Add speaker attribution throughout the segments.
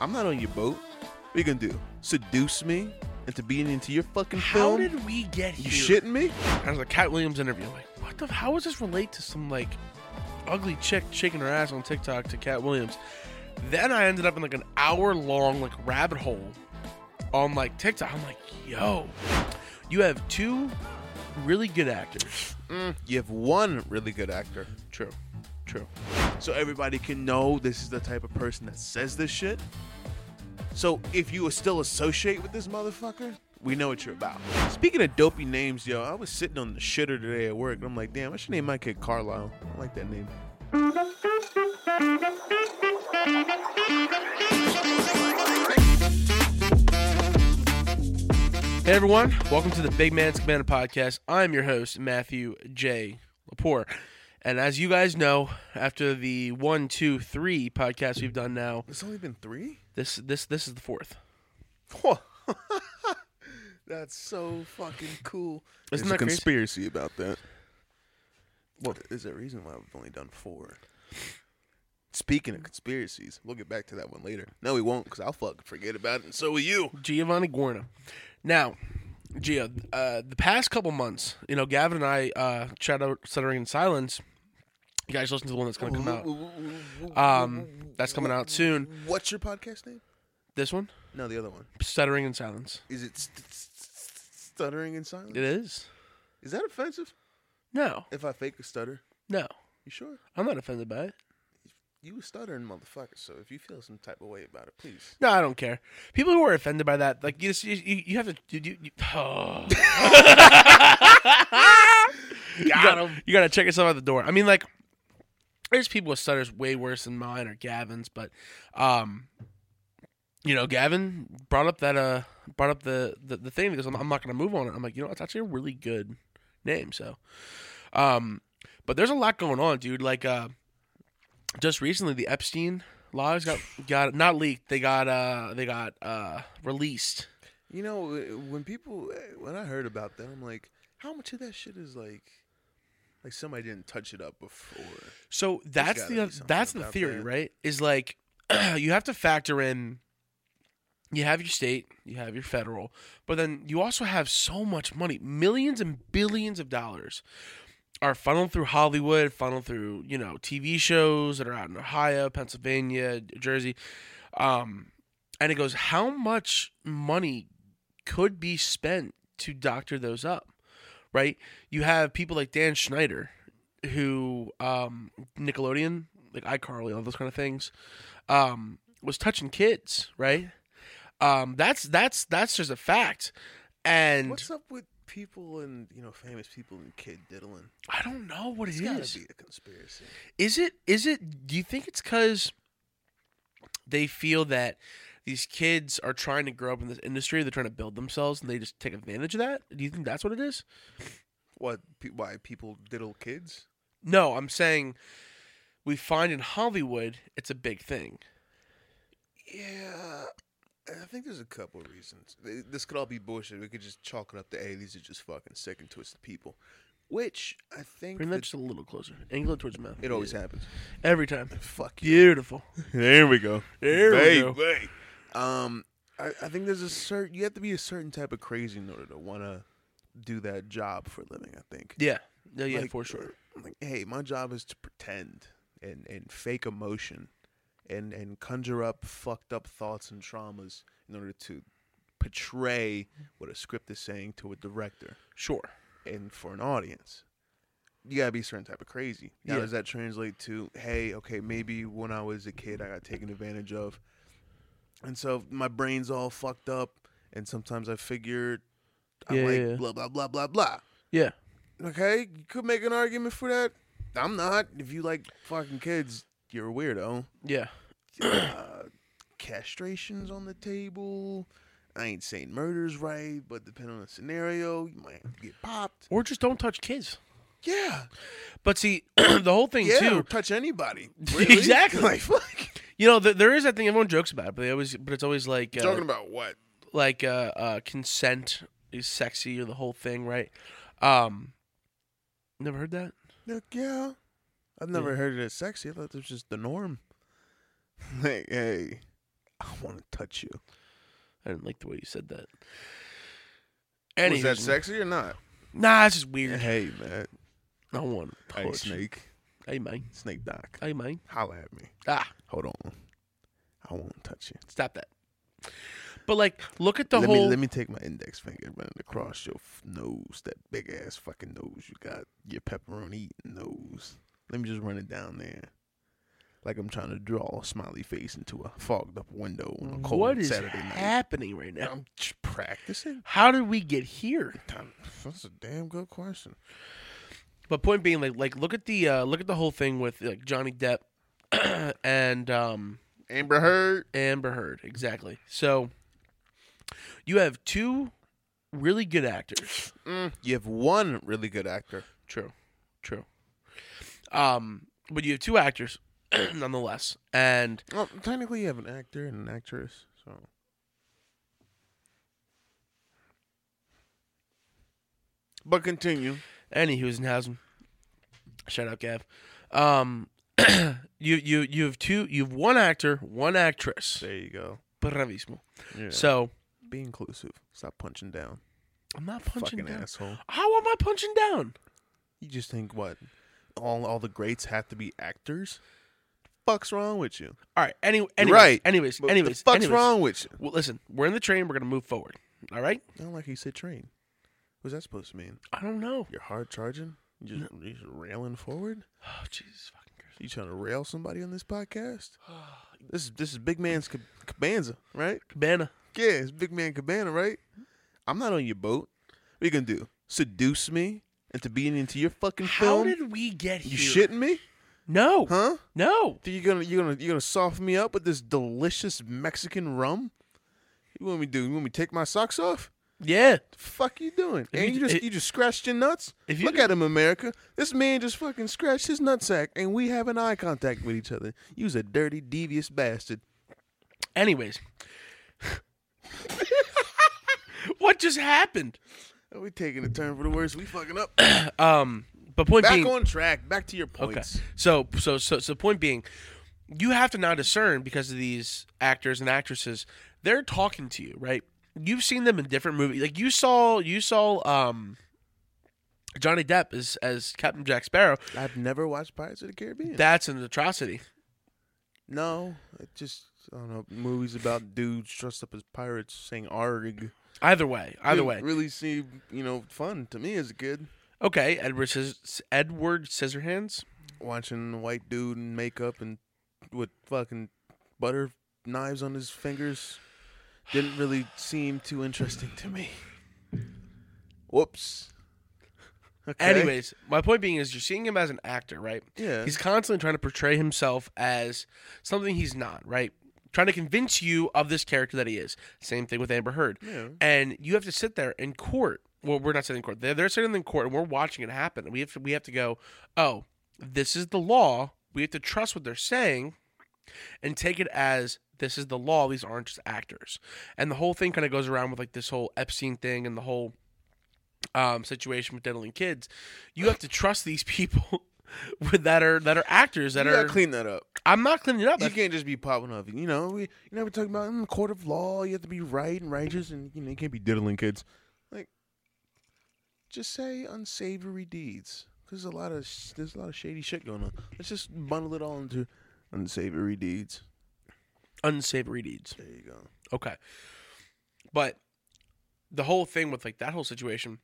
Speaker 1: I'm not on your boat. What are you gonna do? Seduce me into being into your fucking
Speaker 2: How
Speaker 1: film?
Speaker 2: did we get
Speaker 1: you
Speaker 2: here?
Speaker 1: shitting me?
Speaker 2: I was a Cat Williams interview. Like, what the? How does this relate to some like ugly chick shaking her ass on TikTok to Cat Williams? Then I ended up in like an hour long like rabbit hole on like TikTok. I'm like, yo, you have two really good actors.
Speaker 1: Mm, you have one really good actor.
Speaker 2: True, true.
Speaker 1: so everybody can know this is the type of person that says this shit. So if you still associate with this motherfucker, we know what you're about. Speaking of dopey names, yo, I was sitting on the shitter today at work, and I'm like, damn, I should name my kid Carlisle. I like that name.
Speaker 2: Hey everyone, welcome to the Big Man's Commander podcast. I'm your host, Matthew J. Lepore. And as you guys know, after the one, two, three podcast we've done now,
Speaker 1: It's only been three.
Speaker 2: this this this is the fourth.
Speaker 1: That's so fucking cool.
Speaker 2: Isn't
Speaker 1: There's
Speaker 2: that
Speaker 1: a
Speaker 2: crazy?
Speaker 1: conspiracy about that? Well, there's a reason why we've only done four. Speaking of conspiracies, we'll get back to that one later. No, we won't, because I'll fucking forget about it, and so will you.
Speaker 2: Giovanni Guarna. Now, Gio, uh, the past couple months, you know, Gavin and I uh, chat out Stuttering in Silence. You guys listen to the one that's going to come out. Um, that's coming out soon.
Speaker 1: What's your podcast name?
Speaker 2: This one,
Speaker 1: No, the other one.
Speaker 2: Stuttering in Silence.
Speaker 1: Is it st- st- st- stuttering in silence?
Speaker 2: It is?
Speaker 1: Is that offensive?
Speaker 2: No,
Speaker 1: If I fake a stutter,
Speaker 2: no.
Speaker 1: you sure?
Speaker 2: I'm not offended by it.
Speaker 1: You a stuttering motherfucker. So if you feel some type of way about it, please.
Speaker 2: No, I don't care. People who are offended by that, like you, just, you, you you have to. You, you, you, oh.
Speaker 1: Got
Speaker 2: you, got, to check yourself out the door. I mean, like, there's people with stutters way worse than mine or Gavin's, but, um, you know, Gavin brought up that uh brought up the the, the thing because I'm, I'm not gonna move on it. I'm like, you know, it's actually a really good name. So, um, but there's a lot going on, dude. Like, uh, just recently the Epstein lives got got not leaked. They got uh they got uh released.
Speaker 1: You know, uh, when people, uh, when I heard about that, I'm like, how much of that shit is like, like somebody didn't touch it up before?
Speaker 2: So that's
Speaker 1: gotta
Speaker 2: the
Speaker 1: be something
Speaker 2: that's the
Speaker 1: about
Speaker 2: theory,
Speaker 1: that.
Speaker 2: right? Is like you have to factor in you have your state, you have your federal, but then you also have so much money, millions and billions of dollars are funneled through Hollywood, funneled through, you know, TV shows that are out in Ohio, Pennsylvania, Jersey. Um and it goes how much money could be spent to doctor those up, right? You have people like Dan Schneider, who um, Nickelodeon, like iCarly, all those kind of things, um, was touching kids, right? Um, that's that's that's just a fact, and
Speaker 1: What's up with people and you know famous people and kid diddling?
Speaker 2: I don't know what it
Speaker 1: It's gotta
Speaker 2: is.
Speaker 1: be a conspiracy.
Speaker 2: Is it is it? Do you think it's because they feel that these kids are trying to grow up in this industry, they're trying to build themselves, and they just take advantage of that? Do you think that's what it is?
Speaker 1: What? Pe- why people diddle kids?
Speaker 2: No, I'm saying we find in Hollywood it's a big thing.
Speaker 1: Yeah, I think there's a couple of reasons. Th- This could all be bullshit. We could just chalk it up to, hey, these are just fucking sick and twisted people, which I think
Speaker 2: Bring
Speaker 1: that
Speaker 2: that just a little closer. Angle it towards the mouth.
Speaker 1: it always happens.
Speaker 2: Every time.
Speaker 1: Fuck you.
Speaker 2: Beautiful.
Speaker 1: There we go.
Speaker 2: There we
Speaker 1: Baby.
Speaker 2: go.
Speaker 1: Um, I, I think there's a certain you have to be a certain type of crazy in order to want to do that job for a living. I think.
Speaker 2: Yeah. No, yeah,
Speaker 1: Like, uh,
Speaker 2: for sure.
Speaker 1: Like, hey, my job is to pretend and and fake emotion, and and conjure up fucked up thoughts and traumas in order to portray what a script is saying to a director
Speaker 2: Sure.
Speaker 1: and for an audience. You gotta be a certain type of crazy. Now,
Speaker 2: Yeah.
Speaker 1: does that translate to, hey, okay, maybe when I was a kid, I got taken advantage of, and so my brain's all fucked up, and sometimes I figure I'm
Speaker 2: Yeah,
Speaker 1: like
Speaker 2: yeah, yeah.
Speaker 1: blah blah blah blah blah.
Speaker 2: Yeah.
Speaker 1: Okay, you could make an argument for that. I'm not. If you like fucking kids, you're a weirdo.
Speaker 2: Yeah.
Speaker 1: uh, castrations on the table. I ain't saying murder's right, but depending on the scenario, you might get popped.
Speaker 2: Or just don't touch kids.
Speaker 1: Yeah,
Speaker 2: But see, the whole thing
Speaker 1: yeah.
Speaker 2: too,
Speaker 1: or touch anybody.
Speaker 2: Exactly.
Speaker 1: Like, fuck.
Speaker 2: you know, th- there is that thing everyone jokes about, it, but they always, but it's always like, uh,
Speaker 1: Talking about what?
Speaker 2: like uh, uh, consent is sexy or the whole thing, right? Um, never heard that.
Speaker 1: Like, yeah, I've never heard it as sexy. I thought it was just the norm. Like, hey, I want to touch you.
Speaker 2: I didn't like the way you said that.
Speaker 1: Was that
Speaker 2: Anywho's-
Speaker 1: sexy or not?
Speaker 2: Nah, it's just weird.
Speaker 1: Hey, man.
Speaker 2: I want to
Speaker 1: Hey,
Speaker 2: touch.
Speaker 1: Snake.
Speaker 2: Hey, man.
Speaker 1: Snake Doc.
Speaker 2: Hey, man.
Speaker 1: Holla at me.
Speaker 2: Ah,
Speaker 1: Hold on. I won't touch you.
Speaker 2: stop that. But like, look at the
Speaker 1: let
Speaker 2: whole.
Speaker 1: me let me take my index finger and run it across your f- nose, that big ass fucking nose you got, your pepperoni eating nose. Let me just run it down there, like I'm trying to draw a smiley face into a fogged up window on a cold
Speaker 2: what is
Speaker 1: Saturday night.
Speaker 2: happening right now?
Speaker 1: I'm just practicing.
Speaker 2: How did we get here?
Speaker 1: Damn, That's a damn good question.
Speaker 2: But point being, like, like look at the uh, look at the whole thing with like Johnny Depp and um,
Speaker 1: Amber Heard.
Speaker 2: Amber Heard. Exactly. So you have two really good actors.
Speaker 1: Mm, you have one really good actor.
Speaker 2: True. True. Um, but you have two actors, nonetheless, and
Speaker 1: Well, technically, you have an actor and an actress. So but continue.
Speaker 2: Annie who's in housing. Shout out Gav. Um you you you have two you have one actor, one actress.
Speaker 1: There you go.
Speaker 2: Bravissimo.
Speaker 1: Yeah.
Speaker 2: So
Speaker 1: Be inclusive. Stop punching down.
Speaker 2: I'm not punching
Speaker 1: Fucking
Speaker 2: down.
Speaker 1: asshole.
Speaker 2: How am I punching down?
Speaker 1: You just think what? All all the greats have to be actors? Fuck's wrong with you?
Speaker 2: All right. Any, anyways,
Speaker 1: right.
Speaker 2: Anyways.
Speaker 1: What
Speaker 2: anyways.
Speaker 1: the fuck's
Speaker 2: anyways.
Speaker 1: wrong with you?
Speaker 2: Well, listen. We're in the train. We're gonna move forward. All right.
Speaker 1: I don't like how you said train. What's that supposed to mean?
Speaker 2: I don't know.
Speaker 1: You're hard charging? You just, you just railing forward?
Speaker 2: Oh Jesus fucking Christ.
Speaker 1: You trying to rail somebody on this podcast? This is this is big man's cab- cabanza, right?
Speaker 2: Cabana.
Speaker 1: Yeah, it's big man cabana, right? I'm not on your boat. What you gonna do? Seduce me into being into your fucking
Speaker 2: How
Speaker 1: film?
Speaker 2: did we get
Speaker 1: you
Speaker 2: here?
Speaker 1: shitting me?
Speaker 2: No.
Speaker 1: Huh?
Speaker 2: No.
Speaker 1: Think you're gonna you're gonna you're gonna soften me up with this delicious Mexican rum? You want me to do? You want me to take my socks off?
Speaker 2: Yeah.
Speaker 1: The fuck you doing?
Speaker 2: If
Speaker 1: and you,
Speaker 2: you ju-
Speaker 1: just
Speaker 2: i-
Speaker 1: you just scratched your nuts.
Speaker 2: if you
Speaker 1: Look
Speaker 2: ju-
Speaker 1: at him, America. This man just fucking scratched his nutsack, and we have an eye contact with each other. You's a dirty, devious bastard.
Speaker 2: Anyways. what just happened?
Speaker 1: Are we taking a turn for the worse? We fucking up.
Speaker 2: Um, but point
Speaker 1: Back
Speaker 2: being,
Speaker 1: on track. Back to your
Speaker 2: okay.
Speaker 1: points.
Speaker 2: So, so, so, so, point being, you have to now discern because of these actors and actresses. They're talking to you, right? You've seen them in different movies. Like you saw, you saw um, Johnny Depp as as Captain Jack Sparrow.
Speaker 1: I've never watched Pirates of the Caribbean.
Speaker 2: That's an atrocity.
Speaker 1: no, it just I don't know movies about dudes dressed up as pirates saying "arg."
Speaker 2: Either way, either
Speaker 1: didn't
Speaker 2: way.
Speaker 1: really seemed you know fun to me as a kid.
Speaker 2: Okay, Edward Sciss- Edward Scissorhands.
Speaker 1: watching a white dude in makeup and with fucking butter knives on his fingers didn't really seem too interesting to me. Whoops. Okay.
Speaker 2: Anyways, my point being is you're seeing him as an actor, right?
Speaker 1: yeah,
Speaker 2: He's constantly trying to portray himself as something he's not, right? Trying to convince you of this character that he is. Same thing with Amber Heard.
Speaker 1: Yeah.
Speaker 2: And you have to sit there in court. Well, we're not sitting in court. They're, they're sitting in court, and we're watching it happen. And we have to we have to go. Oh, this is the law. We have to trust what they're saying, and take it as this is the law. These aren't just actors. And the whole thing kind of goes around with like this whole Epstein thing and the whole um, situation with diddling kids, you have to trust these people with that are that are actors that
Speaker 1: you
Speaker 2: are.
Speaker 1: gotta clean that up.
Speaker 2: I'm not cleaning it up.
Speaker 1: You can't just be popping off. You know, we, you know, we're talking about in the court of law. You have to be right and righteous, and you know, you can't be diddling kids. Like, just say unsavory deeds. There's a lot of sh- there's a lot of shady shit going on. Let's just bundle it all into unsavory deeds.
Speaker 2: unsavory deeds.
Speaker 1: There you go.
Speaker 2: Okay, but the whole thing with like that whole situation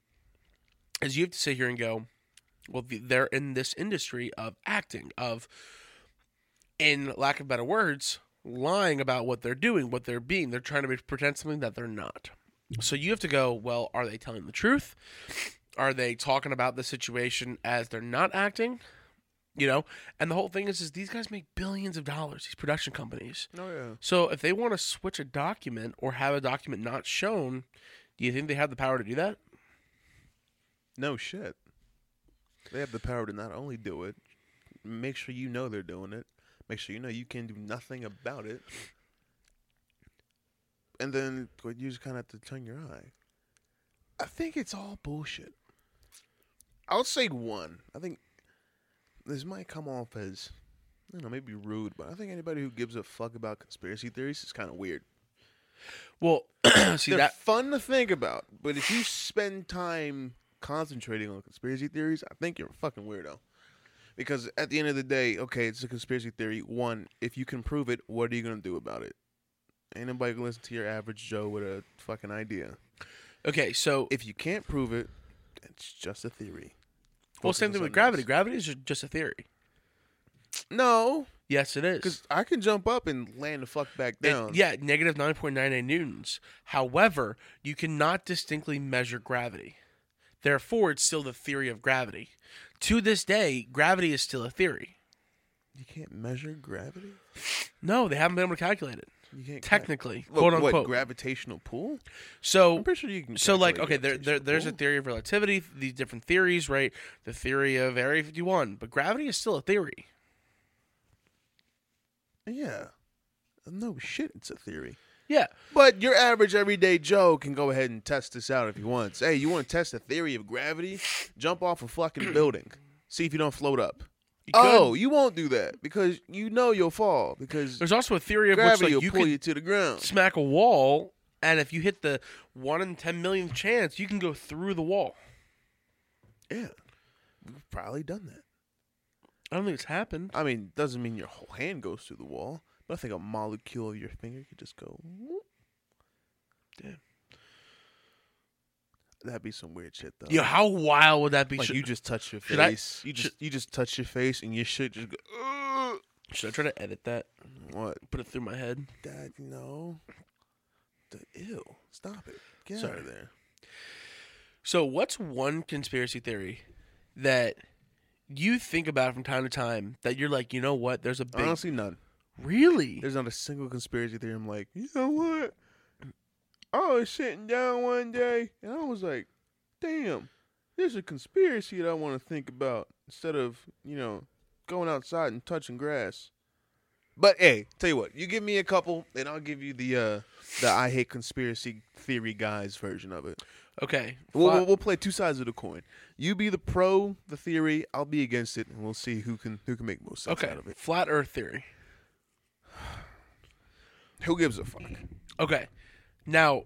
Speaker 2: is you have to sit here and go, well, the- they're in this industry of acting of, in lack of better words, lying about what they're doing, what they're being. They're trying to be, pretend something that they're not. So you have to go, well, are they telling the truth? Are they talking about the situation as they're not acting? You know, and the whole thing is, is these guys make billions of dollars. These production companies.
Speaker 1: Oh yeah.
Speaker 2: So if they want to switch a document or have a document not shown, do you think they have the power to do that?
Speaker 1: No shit. They have the power to not only do it, make sure you know they're doing it, make sure you know you can do nothing about it, and then what you just kind of have to turn your eye. I think it's all bullshit. I'll say one. I think this might come off as I don't know, maybe rude, but I think anybody who gives a fuck about conspiracy theories is kind of weird.
Speaker 2: Well, see
Speaker 1: They're
Speaker 2: that
Speaker 1: fun to think about, but if you spend time concentrating on conspiracy theories, I think you're a fucking weirdo. Because at the end of the day, okay, it's a conspiracy theory. One, if you can prove it, what are you gonna do about it? Ain't nobody gonna listen to your average Joe with a fucking idea.
Speaker 2: okay. So
Speaker 1: If you can't prove it, it's just a theory.
Speaker 2: well,
Speaker 1: Focus
Speaker 2: same
Speaker 1: on
Speaker 2: thing with
Speaker 1: something
Speaker 2: gravity.
Speaker 1: else.
Speaker 2: Gravity is ju- just a theory.
Speaker 1: No,
Speaker 2: Yes, it is.
Speaker 1: because I can jump up and land the fuck back
Speaker 2: It-
Speaker 1: down.
Speaker 2: yeah, negative nine point nine nine newtons. However, you cannot distinctly measure gravity. Therefore, it's still the theory of gravity. To this day, gravity is still a theory.
Speaker 1: You can't measure gravity.
Speaker 2: No, they haven't been able to calculate it
Speaker 1: You can't cal-
Speaker 2: technically,
Speaker 1: What-
Speaker 2: quote
Speaker 1: what,
Speaker 2: unquote.
Speaker 1: gravitational pull.
Speaker 2: so
Speaker 1: I'm pretty sure you can.
Speaker 2: So like okay,
Speaker 1: calculate
Speaker 2: there, there
Speaker 1: gravitational
Speaker 2: there's a
Speaker 1: pull.
Speaker 2: theory of relativity, these different theories, right? The theory of Area 51, but gravity is still a theory.
Speaker 1: Yeah. No shit, it's a theory.
Speaker 2: Yeah.
Speaker 1: But your average everyday Joe can go ahead and test this out if he wants. Hey, you want to test the theory of gravity? Jump off a fucking building. See if you don't float up.
Speaker 2: You could.
Speaker 1: Oh, you won't do that because you know you'll fall because
Speaker 2: There's also a theory of which
Speaker 1: gravity
Speaker 2: like
Speaker 1: will
Speaker 2: you
Speaker 1: pull
Speaker 2: could
Speaker 1: you to the ground.
Speaker 2: smack a wall and if you hit the 1 in 10 millionth chance, you can go through the wall.
Speaker 1: Yeah. We've probably done that.
Speaker 2: I don't think it's happened.
Speaker 1: I mean, doesn't mean your whole hand goes through the wall, but I think a molecule of your finger could just go. whoop.
Speaker 2: Yeah.
Speaker 1: That'd be some weird shit though.
Speaker 2: Yeah, how wild would that be?
Speaker 1: like
Speaker 2: should,
Speaker 1: you just touch your
Speaker 2: should I-
Speaker 1: face. you just you just touch your face and your shit just go. "Ugh."
Speaker 2: should I try to edit that?
Speaker 1: What?
Speaker 2: Put it through my head.
Speaker 1: That no. The ew. Stop it. Get out
Speaker 2: Sorry.
Speaker 1: of there.
Speaker 2: So, what's one conspiracy theory that you think about from time to time that you're like, you know what? There's a big
Speaker 1: Honestly, none.
Speaker 2: really
Speaker 1: There's not a single conspiracy theory. I'm like, you know what? I was sitting down one day and I was like, damn, there's a conspiracy that I want to think about instead of, you know, going outside and touching grass. But hey, tell you what, you give me a couple and I'll give you the uh the I hate conspiracy theory guys version of it.
Speaker 2: okay.
Speaker 1: We'll,
Speaker 2: fi-
Speaker 1: we'll, we'll play two sides of the coin. You be the pro, the theory. I'll be against it, and we'll see who can who can make most sense
Speaker 2: Okay.
Speaker 1: out of it.
Speaker 2: Flat Earth theory.
Speaker 1: Who gives a fuck?
Speaker 2: Okay. Now,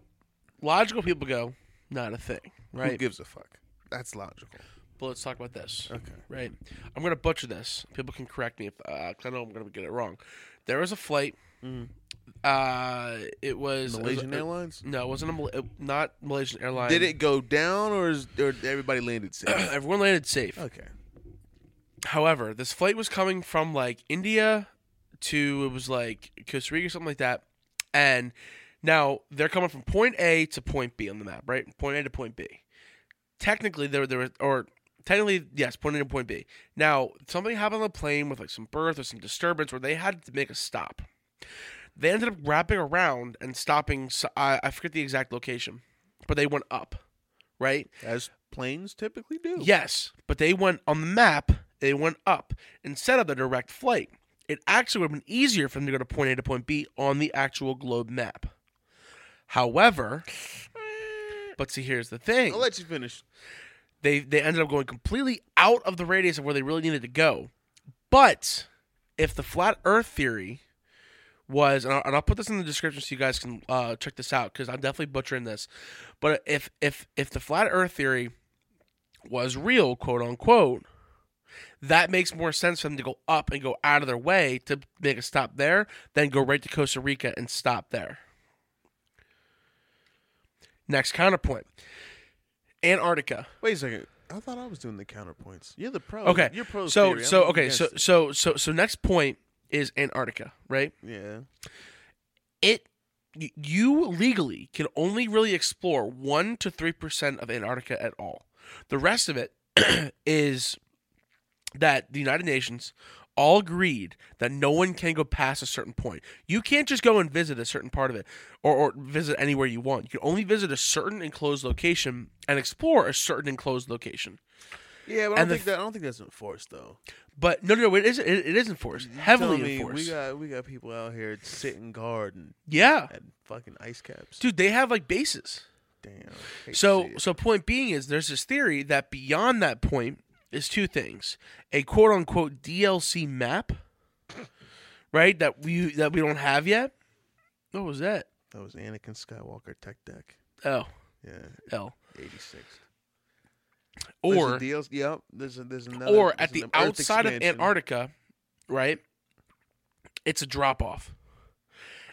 Speaker 2: logical people go, not a thing,
Speaker 1: Who
Speaker 2: right?
Speaker 1: gives a fuck? That's logical.
Speaker 2: but let's talk about this,
Speaker 1: Okay.
Speaker 2: right? I'm gonna butcher this. People can correct me if uh, 'cause I know I'm gonna get it wrong. There was a flight. Uh, it was it was-
Speaker 1: Mm. Malaysian
Speaker 2: uh,
Speaker 1: Airlines.
Speaker 2: No, it wasn't a Mal- it- not Malaysian airline.
Speaker 1: Did it go down, or is or everybody landed safe?
Speaker 2: Everyone landed safe.
Speaker 1: okay.
Speaker 2: However, this flight was coming from like India to it was like Costa Rica, something like that. And now they're coming from point A to point B on the map, right? Point A to point B. Technically, there there was, or technically yes, point A to point B. Now something happened on the plane with like some birth or some disturbance where they had to make a stop. They ended up wrapping around and stopping. s- I, I forget the exact location, but they went up, right?
Speaker 1: As planes typically do.
Speaker 2: Yes, but they went on the map, they went up instead of the direct flight. It actually would have been easier for them to go to point A to point B on the actual globe map. However, but see, here's the thing
Speaker 1: I'll let you finish.
Speaker 2: they they ended up going completely out of the radius of where they really needed to go. But if the flat Earth theory was, and I'll, and I'll put this in the description so you guys can uh, check this out because I'm definitely butchering this. But if if if the flat Earth theory was real, quote unquote, that makes more sense for them to go up and go out of their way to make a stop there, than go right to Costa Rica and stop there. Next counterpoint. Antarctica.
Speaker 1: Wait a second. I thought I was doing the counterpoints. You're the pro.
Speaker 2: Okay.
Speaker 1: You're pro.
Speaker 2: So
Speaker 1: theory. I'm
Speaker 2: so okay.
Speaker 1: against
Speaker 2: So
Speaker 1: it.
Speaker 2: so so so next point is Antarctica, right?
Speaker 1: yeah.
Speaker 2: It y- you legally can only really explore one to three percent of Antarctica at all. The rest of it is that the United Nations all agreed that no one can go past a certain point. You can't just go and visit a certain part of it or, or visit anywhere you want. You can only visit a certain enclosed location and explore a certain enclosed location.
Speaker 1: Yeah, but I don't
Speaker 2: And the
Speaker 1: think that I don't think that's enforced though.
Speaker 2: But no, no, no, it is it, it is enforced,
Speaker 1: You
Speaker 2: heavily
Speaker 1: telling me
Speaker 2: enforced.
Speaker 1: We got we got people out here sitting guard and
Speaker 2: yeah.
Speaker 1: and fucking ice caps.
Speaker 2: Dude, they have like bases.
Speaker 1: Damn. hate to
Speaker 2: So
Speaker 1: see it.
Speaker 2: so point being is there's this theory that beyond that point is two things. A quote unquote DLC map right? That we that we don't have yet. What was that?
Speaker 1: That was Anakin Skywalker tech deck.
Speaker 2: Oh,
Speaker 1: Yeah,
Speaker 2: L.
Speaker 1: eighty six.
Speaker 2: Or
Speaker 1: there's a DLC, yep, there's a, there's another.
Speaker 2: or
Speaker 1: there's
Speaker 2: at the
Speaker 1: an Earth
Speaker 2: outside of
Speaker 1: expansion.
Speaker 2: Antarctica, right? It's a drop off.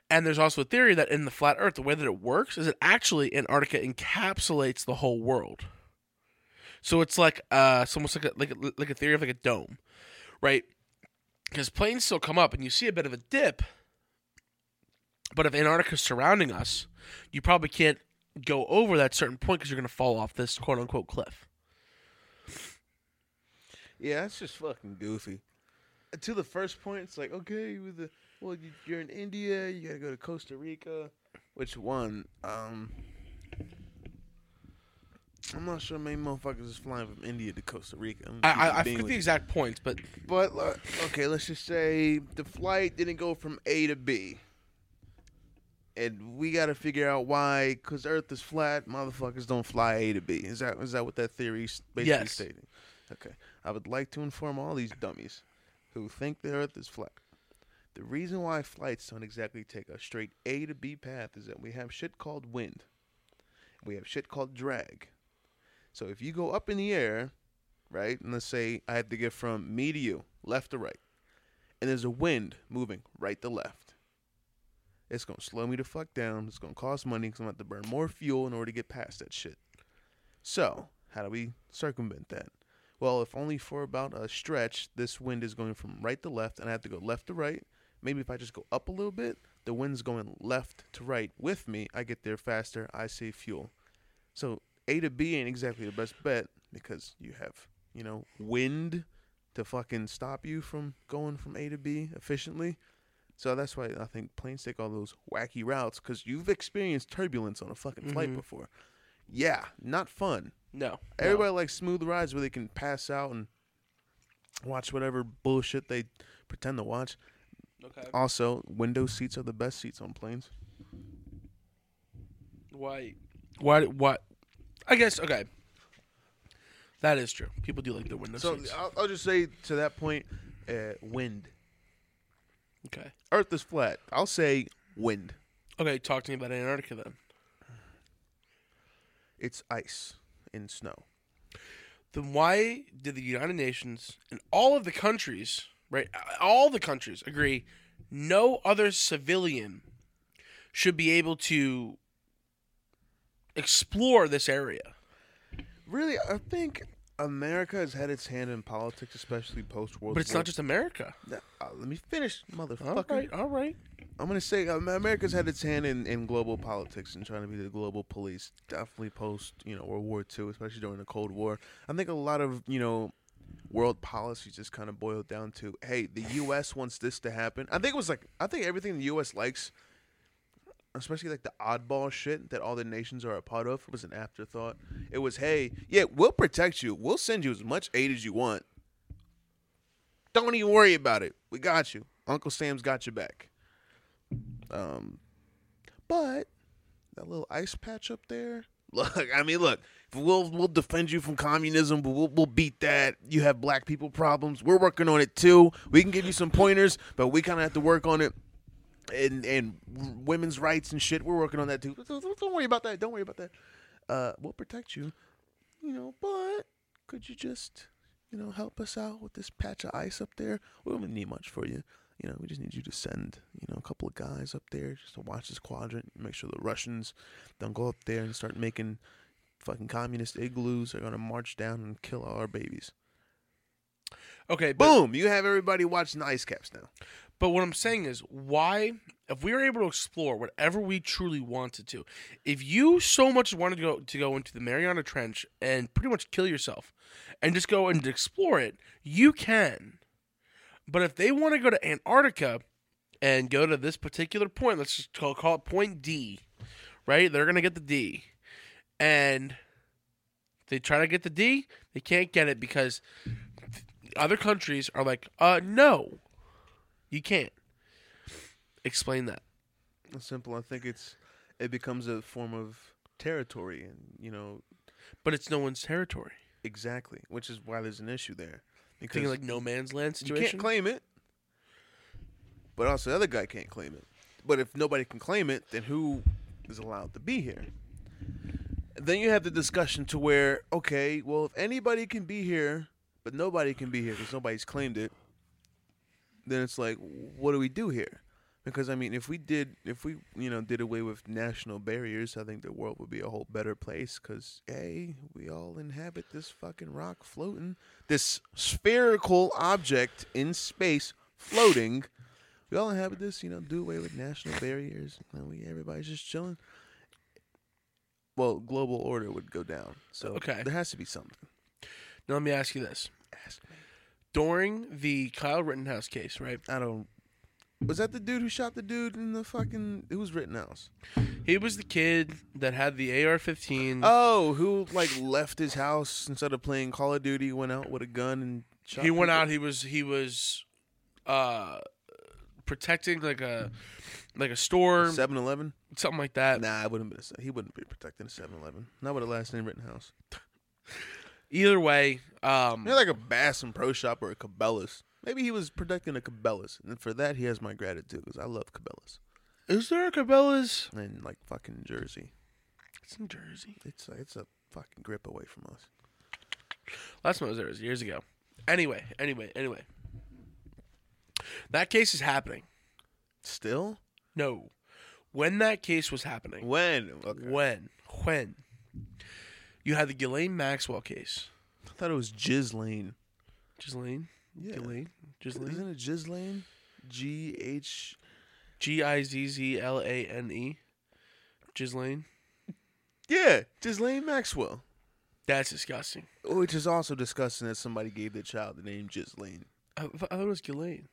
Speaker 2: And there's also a theory that in the flat earth, the way that it works is that actually Antarctica encapsulates the whole world. So it's like uh it's almost like a like a, like a theory of like a dome, right? Because planes still come up and you see a bit of a dip. But if Antarctica's surrounding us, you probably can't go over that certain point because you're going to fall off this quote unquote cliff.
Speaker 1: Yeah, that's just fucking goofy. Uh, To the first point, it's like okay, with the well, you- you're in India, you gotta go to Costa Rica. Which one? Um, I'm not sure. Many motherfuckers is flying from India to Costa Rica. I'm
Speaker 2: I I, I
Speaker 1: being
Speaker 2: forget the
Speaker 1: with-
Speaker 2: exact points, but
Speaker 1: But like, okay, let's just say the flight didn't go from A to B, and we got to figure out why. Because Earth is flat, motherfuckers don't fly A to B. Is that is that what that theory is basically
Speaker 2: Yes.
Speaker 1: stating? Okay, I would like to inform all these dummies who think the Earth is flat. The reason why flights don't exactly take a straight A to B path is that we have shit called wind. We have shit called drag. So if you go up in the air, right, and let's say I have to get from me to you, left to right, and there's a wind moving right to left, it's gonna slow me the fuck down. It's gonna cost money because I'm gonna have to burn more fuel in order to get past that shit. So how do we circumvent that? Well, if only for about a stretch, this wind is going from right to left, and I have to go left to right. Maybe if I just go up a little bit, the wind's going left to right with me. I get there faster. I save fuel. So A to B ain't exactly the best bet because you have, you know, wind to fucking stop you from going from A to B efficiently. So that's why I think planes take all those wacky routes because you've experienced turbulence on a fucking flight
Speaker 2: Mhm.
Speaker 1: before. Yeah, not fun.
Speaker 2: no.
Speaker 1: Everybody likes smooth rides where they can pass out and watch whatever bullshit they pretend to watch.
Speaker 2: Okay.
Speaker 1: Also, window seats are the best seats on planes.
Speaker 2: Why? Why? What? I guess. Okay. That is true. People do like their window
Speaker 1: So uh,
Speaker 2: seats.
Speaker 1: I'll, I'll just say to that point, uh, wind.
Speaker 2: Okay.
Speaker 1: Earth is flat. I'll say wind.
Speaker 2: Okay. Talk to me about Antarctica then.
Speaker 1: It's ice and snow.
Speaker 2: Then why did the United Nations and all of the countries, right? All the countries agree no other civilian should be able to explore this area.
Speaker 1: Really, I think America has had its hand in politics, especially post World.
Speaker 2: But it's not just America.
Speaker 1: uh, let me finish,
Speaker 2: All
Speaker 1: motherfucker.
Speaker 2: right. All right.
Speaker 1: I'm gonna say um, America's had its hand in, in global politics and trying to be the global police. Definitely post you know World War II, especially during the Cold War. I think a lot of you know world policy just kind of boiled down to hey, the U.S. wants this to happen. I think it was like I think everything the U.S. likes, especially like the oddball shit that all the nations are a part of, was an afterthought. It was hey, yeah, we'll protect you. We'll send you as much aid as you want. Don't even worry about it. We got you. Uncle Sam's got your back. Um, but that little ice patch up there. Look, I mean, look. We'll we'll defend you from communism, but we'll we'll beat that. You have black people problems. We're working on it too. We can give you some pointers, but we kind of have to work on it. And and women's rights and shit. We're working on that too. Don't don't worry about that. Don't worry about that. Uh, we'll protect you. You know, but could you just you know help us out with this patch of ice up there? We don't need much for you you know, we just need you to send, you know, a couple of guys up there just to watch this quadrant, make sure the Russians don't go up there and start making fucking communist igloos. They're gonna march down and kill all our babies.
Speaker 2: Okay. But
Speaker 1: Boom! You have everybody watching the ice caps now.
Speaker 2: But what I'm saying is, why, if we were able to explore whatever we truly wanted to, if you so much wanted to go to go into the Mariana Trench and pretty much kill yourself, and just go and explore it, you can. But if they want to go to Antarctica and go to this particular point, let's just call, call it Point D, right? They're gonna get the D, and they try to get the D, they can't get it because other countries are like, uh, no, you can't. Explain that.
Speaker 1: It's simple. I think it's it becomes a form of territory, and you know
Speaker 2: But it's no one's territory.
Speaker 1: exactly, which is why there's an issue there. Because
Speaker 2: Thinking like no man's land
Speaker 1: you can't
Speaker 2: situation.
Speaker 1: claim it, but also the other guy can't claim it. But if nobody can claim it, then who is allowed to be here? Then you have the discussion to where, okay, well, if anybody can be here, but nobody can be here because nobody's claimed it, then it's like, what do we do here? Because I mean, if we did, if we you know did away with national barriers, I think the world would be a whole better place. Because hey, we all inhabit this fucking rock floating, this spherical object in space floating. We all inhabit this, you know. Do away with national barriers, and we everybody's just chilling. Well, global order would go down, so
Speaker 2: Okay.
Speaker 1: there has to be something.
Speaker 2: Now let me ask you this:
Speaker 1: Ask me.
Speaker 2: during the Kyle Rittenhouse case, right?
Speaker 1: I don't. Was that the dude who shot the dude in the fucking? Who was Rittenhouse?
Speaker 2: He was the kid that had the AR-15.
Speaker 1: Oh, who like left his house instead of playing Call of Duty, went out with a gun and shot
Speaker 2: he went
Speaker 1: people?
Speaker 2: out. He was he was uh, protecting like a like a store,
Speaker 1: 7-Eleven?
Speaker 2: something like that.
Speaker 1: Nah, I wouldn't be. He wouldn't be protecting a 7-Eleven. Not with a last name Rittenhouse.
Speaker 2: Either way, um,
Speaker 1: Maybe like a Bass and Pro Shop or a Cabela's. Maybe he was protecting a Cabela's, and for that he has my gratitude because I love Cabela's
Speaker 2: is there a Cabela's?
Speaker 1: and like fucking Jersey.
Speaker 2: It's in Jersey.
Speaker 1: It's like, it's a fucking grip away from us.
Speaker 2: Last time I was there was years ago. Anyway, anyway, anyway. That case is happening.
Speaker 1: Still,
Speaker 2: No, when that case was happening,
Speaker 1: when okay.
Speaker 2: when when you had the Ghislaine Maxwell case,
Speaker 1: I thought it was Jizz Lane.
Speaker 2: Ghislaine,
Speaker 1: Yeah,
Speaker 2: Ghislaine, Ghislaine,
Speaker 1: isn't it Jizz Lane? G H.
Speaker 2: G I Z Z L A N E, Ghislaine.
Speaker 1: Yeah, Jizz Lane Maxwell.
Speaker 2: That's disgusting.
Speaker 1: Which is also disgusting that somebody gave their child the name Ghislaine.
Speaker 2: I, I thought it was Ghislaine.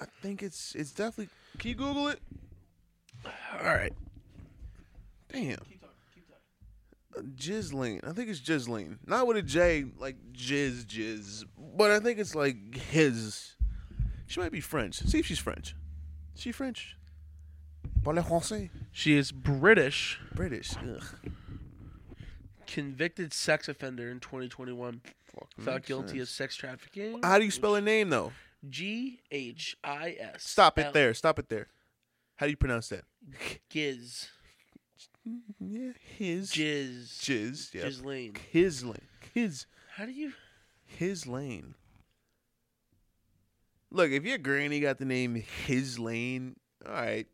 Speaker 1: I think it's it's definitely. Can you Google it?
Speaker 2: All right.
Speaker 1: Damn. Uh, Ghislaine. I think it's Ghislaine. Not with a J, like Jizz Jizz. But I think it's like his. She might be French. See if she's French. Is she French? Parle français?
Speaker 2: She is British,
Speaker 1: British. Ugh.
Speaker 2: convicted sex offender in 2021.
Speaker 1: Fuck,
Speaker 2: Found
Speaker 1: makes
Speaker 2: guilty
Speaker 1: sense.
Speaker 2: of sex trafficking.
Speaker 1: How do you spell her name, though?
Speaker 2: G H I S.
Speaker 1: Stop it there. Stop it there. How do you pronounce that?
Speaker 2: Giz.
Speaker 1: Yeah, his.
Speaker 2: Jizz.
Speaker 1: Jizz. Yeah.
Speaker 2: Ghislaine.
Speaker 1: His lane. His.
Speaker 2: How do you?
Speaker 1: His lane. Look, if your granny got the name His Lane, all right.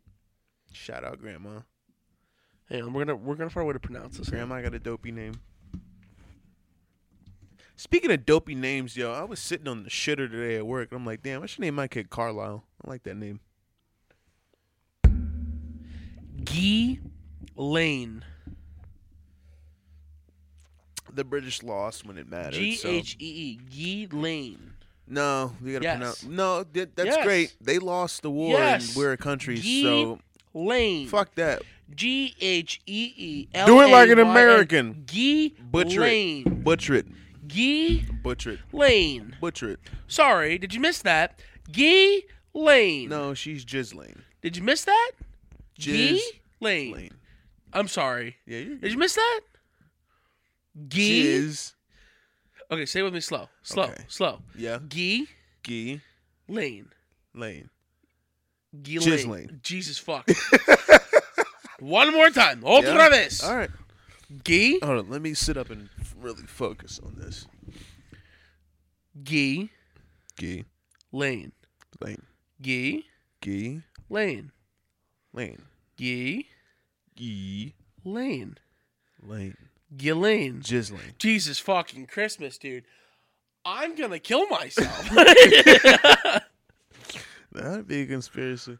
Speaker 1: Shout out grandma.
Speaker 2: Hang on, we're gonna we're gonna find a way to pronounce this.
Speaker 1: Grandma got a dopey name. Speaking of dopey names, yo, I was sitting on the shitter today at work, and I'm like, damn, I should name my kid Carlisle. I like that name.
Speaker 2: Gee Lane.
Speaker 1: The British lost when it mattered.
Speaker 2: G
Speaker 1: so-
Speaker 2: H E E. Gee Lane.
Speaker 1: No, you gotta
Speaker 2: Yes.
Speaker 1: pronounce. No, th- that's
Speaker 2: Yes.
Speaker 1: great. They lost the war,
Speaker 2: Yes.
Speaker 1: and we're a country,
Speaker 2: Gee-
Speaker 1: so
Speaker 2: Lane.
Speaker 1: fuck that.
Speaker 2: G H E E.
Speaker 1: Do it like an American.
Speaker 2: Gee
Speaker 1: Butcher
Speaker 2: Lane.
Speaker 1: it. Butcher it.
Speaker 2: Gee
Speaker 1: Butcher it.
Speaker 2: Lane.
Speaker 1: Butcher it.
Speaker 2: Sorry, did you miss that? Gee Lane.
Speaker 1: No, she's Ghislaine.
Speaker 2: Did you miss that?
Speaker 1: Jizz
Speaker 2: Gee Lane.
Speaker 1: Lane.
Speaker 2: I'm sorry.
Speaker 1: Yeah, you're
Speaker 2: Did you miss that? Gee.
Speaker 1: Jizz.
Speaker 2: Okay, say it with me slow. Slow.
Speaker 1: Okay.
Speaker 2: Slow.
Speaker 1: Yeah.
Speaker 2: Gee
Speaker 1: Gee
Speaker 2: Lane.
Speaker 1: Lane.
Speaker 2: Gee
Speaker 1: Jizz
Speaker 2: Lane.
Speaker 1: Lane.
Speaker 2: Jesus fuck. One more time. Otra
Speaker 1: Yeah.
Speaker 2: vez.
Speaker 1: All right.
Speaker 2: Gee.
Speaker 1: Hold on. Let me sit up and f- really focus on this.
Speaker 2: Gee
Speaker 1: Gee
Speaker 2: Lane.
Speaker 1: Lane.
Speaker 2: Gee
Speaker 1: Gee
Speaker 2: Lane.
Speaker 1: Lane.
Speaker 2: Gee
Speaker 1: Gee
Speaker 2: Lane.
Speaker 1: Lane.
Speaker 2: Gee Lane.
Speaker 1: Jizz Lane.
Speaker 2: Jesus fucking Christmas, dude. I'm gonna kill myself.
Speaker 1: That'd be a conspiracy.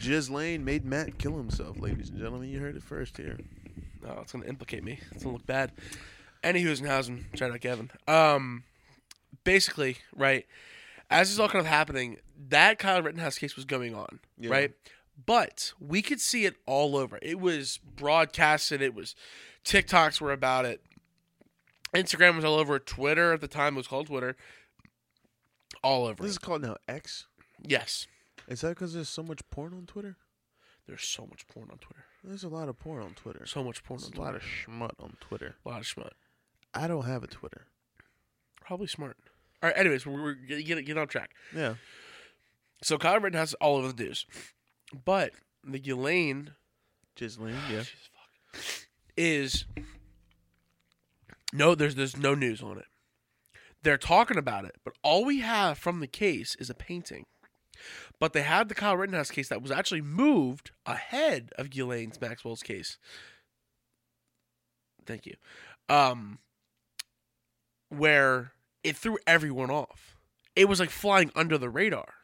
Speaker 1: Jizz Lane made Matt kill himself, ladies and gentlemen. You heard it first here.
Speaker 2: No, it's gonna implicate me. It's gonna look bad. Any who's in housing, shout out Kevin. Um, basically, right, as this is all kind of happening, that Kyle Rittenhouse case was going on,
Speaker 1: Yeah.
Speaker 2: right? But we could see it all over. It was broadcasted. It was TikToks were about it. Instagram was all over. Twitter at the time was called Twitter. All over.
Speaker 1: This is called now X.
Speaker 2: yes,
Speaker 1: Is that because there's so much porn on Twitter?
Speaker 2: there's so much porn on Twitter.
Speaker 1: There's a lot of porn on Twitter.
Speaker 2: So much porn
Speaker 1: There's
Speaker 2: on
Speaker 1: a lot
Speaker 2: Twitter.
Speaker 1: of schmut on Twitter.
Speaker 2: A lot of schmuck.
Speaker 1: I don't have a Twitter.
Speaker 2: Probably smart. All right. Anyways, we're, we're get get on track.
Speaker 1: Yeah.
Speaker 2: So Kyle Rittenhouse is all over the news, but the Ghislaine
Speaker 1: Ghislaine, yeah.
Speaker 2: Jesus, fuck. is no. There's there's no news on it. They're talking about it, but all we have from the case is a painting. But they had the Kyle Rittenhouse case that was actually moved ahead of Ghislaine's Maxwell's case. Thank you. Um, where it threw everyone off. It was like flying under the radar.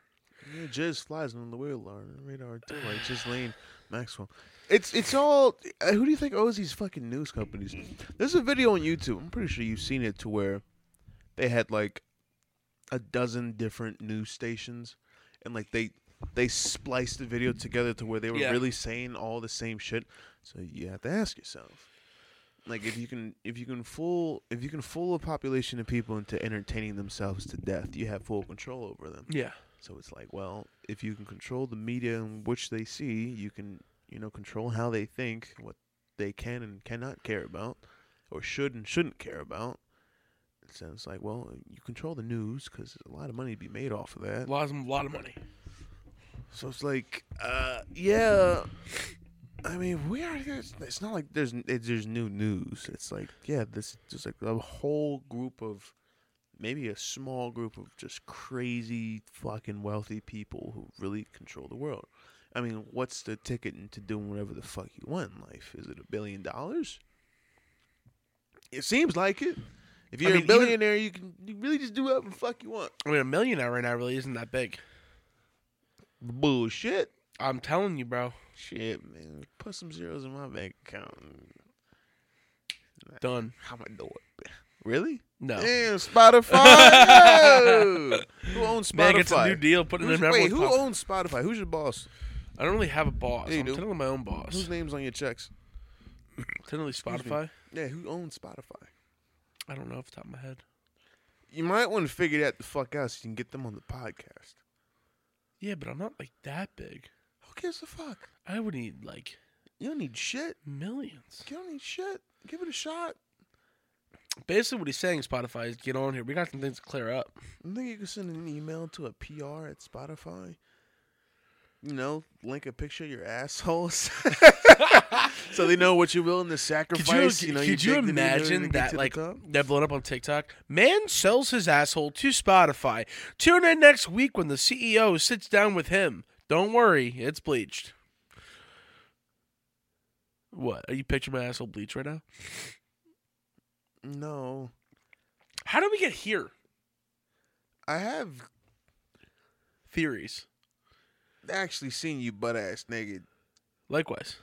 Speaker 1: yeah Jizz flies on the radar, radar too, like Ghislaine Maxwell. It's it's all. uh, Who do you think owes these fucking news companies? There's a video on YouTube. I'm pretty sure you've seen it to where they had like a dozen different news stations, and like they they spliced the video together to where they were
Speaker 2: Yeah.
Speaker 1: really saying all the same shit. So you have to ask yourself, like if you can if you can fool if you can fool a population of people into entertaining themselves to death, you have full control over them.
Speaker 2: Yeah.
Speaker 1: So it's like, well, if you can control the media in which they see, you can, you know, control how they think, what they can and cannot care about, or should and shouldn't care about. It sounds like, well, you control the news because there's a lot of money to be made off of
Speaker 2: A
Speaker 1: that.
Speaker 2: lot of, a lot of money.
Speaker 1: So it's like, uh, yeah. I mean, we are. It's it's not like there's it, there's new news. It's like, yeah, this just like a whole group of, maybe a small group of just crazy fucking wealthy people who really control the world. I mean, what's the ticket into doing whatever the fuck you want in life? Is it a billion dollars? It seems like it. If
Speaker 2: I
Speaker 1: you're
Speaker 2: mean,
Speaker 1: a
Speaker 2: even-
Speaker 1: billionaire, you can you really just do whatever the fuck you want.
Speaker 2: I mean, a millionaire right now really isn't that big.
Speaker 1: Bullshit.
Speaker 2: I'm telling you, bro.
Speaker 1: Shit, man. Put some zeros in my bank account.
Speaker 2: Done.
Speaker 1: How am I doing? Really?
Speaker 2: No.
Speaker 1: Damn, Spotify. who owns Spotify?
Speaker 2: Man gets a new deal, putting
Speaker 1: Who's-
Speaker 2: in
Speaker 1: wait, who
Speaker 2: I
Speaker 1: owns Spotify? Who's your boss?
Speaker 2: don't really have a boss.
Speaker 1: Yeah, you
Speaker 2: I'm
Speaker 1: do.
Speaker 2: telling my own boss.
Speaker 1: Whose name's on your checks?
Speaker 2: Technically Spotify.
Speaker 1: Yeah, who owns Spotify?
Speaker 2: I don't know off the top of my head.
Speaker 1: You might want to figure that the fuck out so you can get them on the podcast.
Speaker 2: Yeah, but I'm not like that big.
Speaker 1: Who gives a fuck?
Speaker 2: I would need like
Speaker 1: You don't need shit.
Speaker 2: millions.
Speaker 1: You don't need shit. Give it a shot.
Speaker 2: Basically, what he's saying, Spotify, is get on here. We got some things to clear up.
Speaker 1: I think you can send an email to a PR at Spotify. You know, link a picture of your assholes, so they know what you're willing to sacrifice. you know,
Speaker 2: could
Speaker 1: your
Speaker 2: you
Speaker 1: dignity in order to
Speaker 2: imagine
Speaker 1: get
Speaker 2: that
Speaker 1: to the
Speaker 2: like
Speaker 1: top.
Speaker 2: that blown up on TikTok? Man sells his asshole to Spotify. Tune in next week when the CEO sits down with him. Don't worry, it's bleached. What? Are you picturing my asshole bleached right now?
Speaker 1: No,
Speaker 2: How did we get here?
Speaker 1: I have
Speaker 2: Theories.
Speaker 1: actually seen you butt ass naked
Speaker 2: Likewise.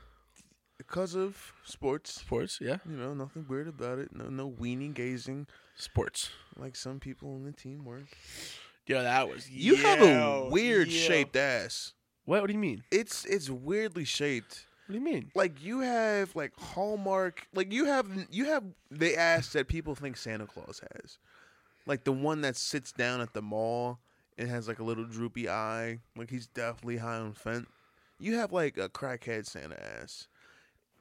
Speaker 1: because of sports.
Speaker 2: Sports, yeah.
Speaker 1: You know, nothing weird about it. No, no weenie gazing
Speaker 2: Sports.
Speaker 1: like some people on the team were.
Speaker 2: Yeah, that was
Speaker 1: You have
Speaker 2: yeah,
Speaker 1: a weird
Speaker 2: yeah.
Speaker 1: shaped ass.
Speaker 2: What what do you mean?
Speaker 1: It's it's weirdly shaped.
Speaker 2: What do you mean?
Speaker 1: like you have like hallmark like you have you have the ass that people think santa claus has like the one that sits down at the mall and has like a little droopy eye like he's definitely high on fent you have like a crackhead santa ass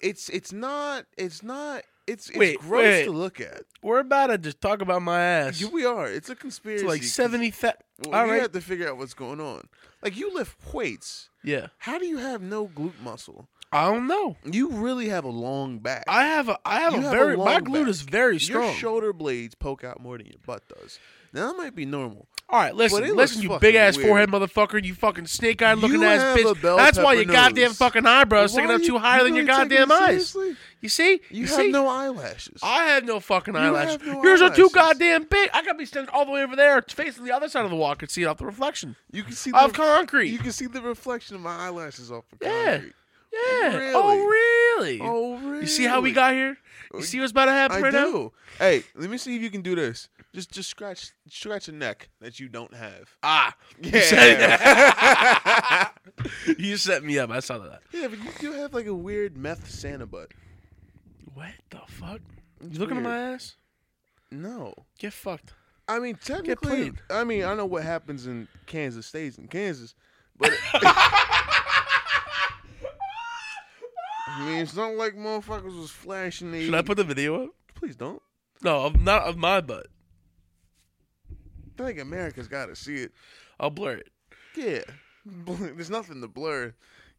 Speaker 1: it's it's not it's not it's it's
Speaker 2: Wait,
Speaker 1: gross
Speaker 2: wait.
Speaker 1: to look at
Speaker 2: We're about to just talk about my ass.
Speaker 1: Here we are it's a conspiracy
Speaker 2: to like 70 th-
Speaker 1: well,
Speaker 2: All
Speaker 1: you
Speaker 2: right.
Speaker 1: have to figure out what's going on like you lift weights
Speaker 2: yeah.
Speaker 1: how do you have no glute muscle
Speaker 2: I don't know.
Speaker 1: you really have a long back
Speaker 2: I have a I have
Speaker 1: You
Speaker 2: a
Speaker 1: have a
Speaker 2: very my
Speaker 1: long
Speaker 2: glute
Speaker 1: back.
Speaker 2: is very
Speaker 1: Your
Speaker 2: strong.
Speaker 1: shoulder blades poke out more than your butt does. Now that might be normal.
Speaker 2: All right,
Speaker 1: But it
Speaker 2: listen,
Speaker 1: looks
Speaker 2: listen, you
Speaker 1: fucking
Speaker 2: big ass
Speaker 1: weird.
Speaker 2: forehead motherfucker, you fucking snake eye looking
Speaker 1: You
Speaker 2: ass
Speaker 1: have a
Speaker 2: bitch.
Speaker 1: bell
Speaker 2: That's why your
Speaker 1: pepper
Speaker 2: goddamn
Speaker 1: nose.
Speaker 2: fucking eyebrows
Speaker 1: Why
Speaker 2: sticking out
Speaker 1: you-
Speaker 2: too higher
Speaker 1: you
Speaker 2: than your
Speaker 1: really taking
Speaker 2: goddamn
Speaker 1: it
Speaker 2: eyes.
Speaker 1: seriously?
Speaker 2: You see,
Speaker 1: You, have
Speaker 2: see,
Speaker 1: no eyelashes.
Speaker 2: I have no fucking
Speaker 1: have
Speaker 2: eyelashes.
Speaker 1: no
Speaker 2: Yours are too
Speaker 1: eyelashes.
Speaker 2: goddamn big. I gotta be standing all the way over there, facing the other side of the wall. I could see it off the reflection
Speaker 1: you can see the
Speaker 2: of concrete.
Speaker 1: You can see the reflection of my eyelashes off the
Speaker 2: Yeah.
Speaker 1: concrete.
Speaker 2: yeah.
Speaker 1: Really?
Speaker 2: Oh, really?
Speaker 1: Oh, really? Oh,
Speaker 2: You see how we got here? You see what's about to happen
Speaker 1: I
Speaker 2: right now?
Speaker 1: do. Hey, let me see if you can do this. Just, just scratch, scratch a neck that you don't have.
Speaker 2: Ah, you said
Speaker 1: Yeah.
Speaker 2: that. you set me up. I saw that.
Speaker 1: yeah, but you do have like a weird meth Santa butt.
Speaker 2: What the fuck?
Speaker 1: It's
Speaker 2: You looking at
Speaker 1: weird.
Speaker 2: my ass?
Speaker 1: No.
Speaker 2: Get fucked.
Speaker 1: I mean, technically,
Speaker 2: played.
Speaker 1: I mean, I know what happens in Kansas stays in Kansas, but I mean, it's not like motherfuckers was flashing. They,
Speaker 2: Should I put the video up?
Speaker 1: Please don't.
Speaker 2: No, of not of my butt.
Speaker 1: I think America's got to see it.
Speaker 2: I'll blur it.
Speaker 1: Yeah, Blur- There's nothing to blur.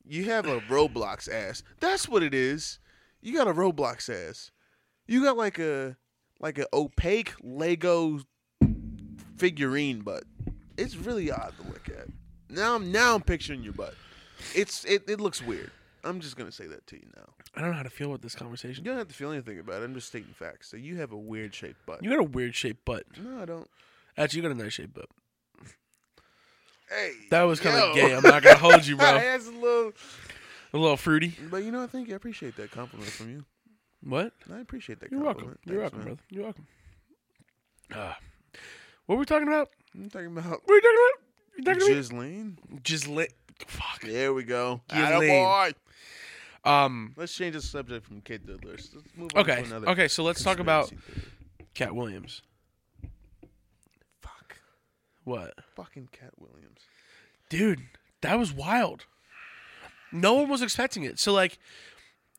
Speaker 1: You have a Roblox ass. That's what it is. You got a Roblox ass. You got like a like an opaque Lego figurine butt. It's really odd to look at. Now I'm now I'm picturing your butt. It's it, it looks weird. I'm just gonna say that to you now.
Speaker 2: I don't know how to feel about this conversation.
Speaker 1: You don't have to feel anything about it. I'm just stating facts. So you have a weird shaped butt.
Speaker 2: You got a weird shaped butt.
Speaker 1: no, I don't.
Speaker 2: Actually, you got a nice shaped butt.
Speaker 1: Hey,
Speaker 2: That was kind
Speaker 1: yo.
Speaker 2: of gay. I'm not gonna hold you, bro.
Speaker 1: That's a little.
Speaker 2: A little fruity.
Speaker 1: But you know, I think I appreciate that compliment from you.
Speaker 2: What?
Speaker 1: I appreciate that.
Speaker 2: You're welcome.
Speaker 1: compliment.
Speaker 2: You're
Speaker 1: Thanks,
Speaker 2: welcome,
Speaker 1: man.
Speaker 2: brother. You're welcome. Ah. what were we talking about?
Speaker 1: I'm talking about
Speaker 2: What were you talking about? You talking
Speaker 1: Gislene.
Speaker 2: to me? Just lit. Fuck.
Speaker 1: There we go.
Speaker 2: Ghislaine.
Speaker 1: Attaboy.
Speaker 2: Um.
Speaker 1: Let's change the subject from kid diddlers. Let's move on
Speaker 2: Okay.
Speaker 1: to another.
Speaker 2: Okay. So let's talk about
Speaker 1: conspiracy theory.
Speaker 2: Cat Williams.
Speaker 1: fuck
Speaker 2: What?
Speaker 1: fucking Cat Williams.
Speaker 2: Dude, that was wild. No one was expecting it. So like,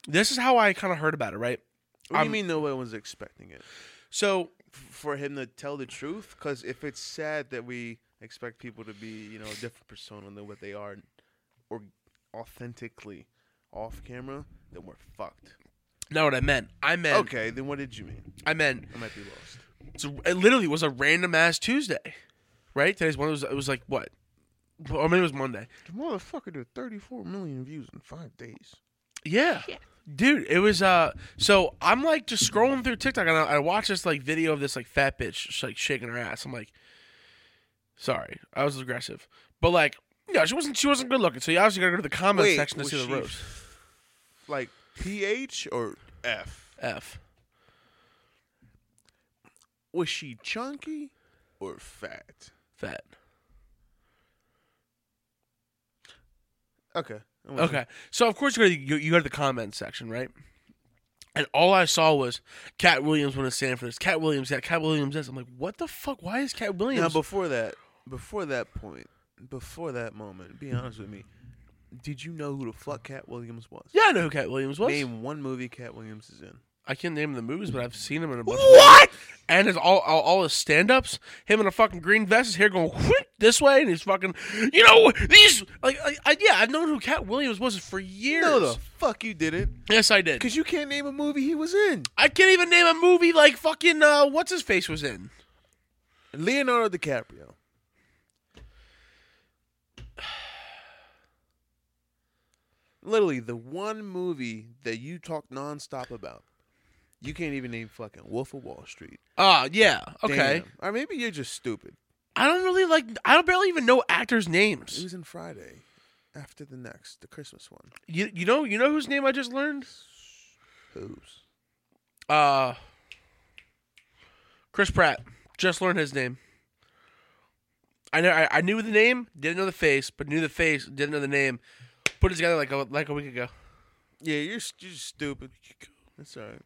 Speaker 2: this is how I kind of heard about it, right?
Speaker 1: What do
Speaker 2: I'm-
Speaker 1: you mean no one was expecting it?
Speaker 2: So
Speaker 1: F- For him to tell the truth, because if it's sad that we expect people to be, you know, a different persona than what they are, or authentically off camera, then we're fucked.
Speaker 2: not what I meant. I meant.
Speaker 1: okay, then what did you mean?
Speaker 2: I meant.
Speaker 1: I might be lost.
Speaker 2: So it literally was a random ass Tuesday, right? Today's one. It was. It was like what? Or maybe it was Monday.
Speaker 1: The motherfucker did 34 million views in five days.
Speaker 2: Yeah. Dude, it was uh so I'm like just scrolling through TikTok and I, I watch this like video of this like fat bitch just, like shaking her ass. I'm like sorry, I was aggressive. But like yeah, she wasn't she wasn't good looking, so you obviously gotta go to the comment
Speaker 1: Wait,
Speaker 2: section to
Speaker 1: was
Speaker 2: see the
Speaker 1: she
Speaker 2: roast.
Speaker 1: Like PH or F?
Speaker 2: F.
Speaker 1: Was she chunky or fat?
Speaker 2: Fat.
Speaker 1: Okay. I'm with you.
Speaker 2: Okay. So of course you go to the, you, you go to the comment section, right? And all I saw was Cat Williams went to stand for this. Cat Williams that Cat Williams this. I'm like, what the fuck? Why is Cat
Speaker 1: Now
Speaker 2: Williams?
Speaker 1: before that, before that point, before that moment, be honest with me. Did you know who the fuck Cat Williams was?
Speaker 2: yeah, I know who Cat Williams was.
Speaker 1: Name one movie Cat Williams is in.
Speaker 2: I can't name the movies, but I've seen him in a bunch. Of and his all all, all his stand ups, him in a fucking green vest, his hair going whoop this way, and he's fucking, you know, these like, I, I, yeah, I've known who Cat Williams was for years.
Speaker 1: No, the fuck you didn't.
Speaker 2: yes, I did.
Speaker 1: Because you can't name a movie he was in.
Speaker 2: I can't even name a movie like fucking uh, what's his face was in.
Speaker 1: Leonardo DiCaprio. Literally, the one movie that you talk nonstop about, you can't even name fucking Wolf of Wall Street.
Speaker 2: Ah, yeah, okay.
Speaker 1: Damn. Or maybe you're just stupid.
Speaker 2: I don't really like. I don't barely even know actors'
Speaker 1: It
Speaker 2: names.
Speaker 1: was in Friday, after the next, the Christmas one.
Speaker 2: You you know you know whose name I just learned?
Speaker 1: Who's?
Speaker 2: Uh, Chris Pratt. Just learned his name. I know. I, I knew the name, didn't know the face, but knew the face, didn't know the name. Put it together like a, like a week ago.
Speaker 1: Yeah, you're, s- you're just stupid. That's all right.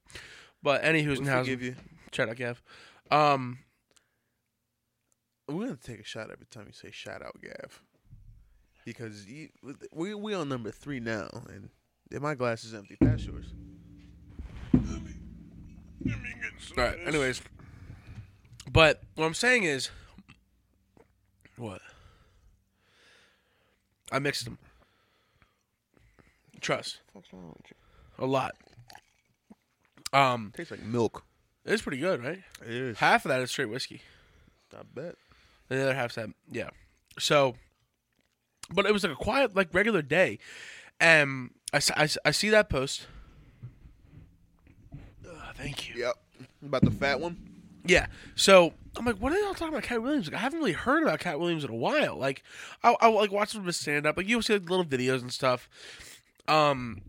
Speaker 2: But any who's
Speaker 1: We'll
Speaker 2: in house,
Speaker 1: forgive you.
Speaker 2: shout out Gav. Um,
Speaker 1: We're gonna take a shot every time you say shout out, Gav, because you, we we on number three now, and and my glass is empty. Pass yours.
Speaker 2: all right. Anyways, but what I'm saying is, what I mixed them. Trust a lot. Um,
Speaker 1: Tastes like milk.
Speaker 2: it's pretty good, right?
Speaker 1: It is.
Speaker 2: Half of that is straight whiskey.
Speaker 1: I bet.
Speaker 2: And the other half said, yeah. So, but it was like a quiet, like regular day. And I, s- I s- I see that post. Ugh, thank you.
Speaker 1: Yep. About the fat one.
Speaker 2: Yeah. So I'm like, what are y'all talking about Cat Williams? Like, I haven't really heard about Cat Williams in a while. Like, I, I like watch him stand up. Like, you'll see like, little videos and stuff. Um,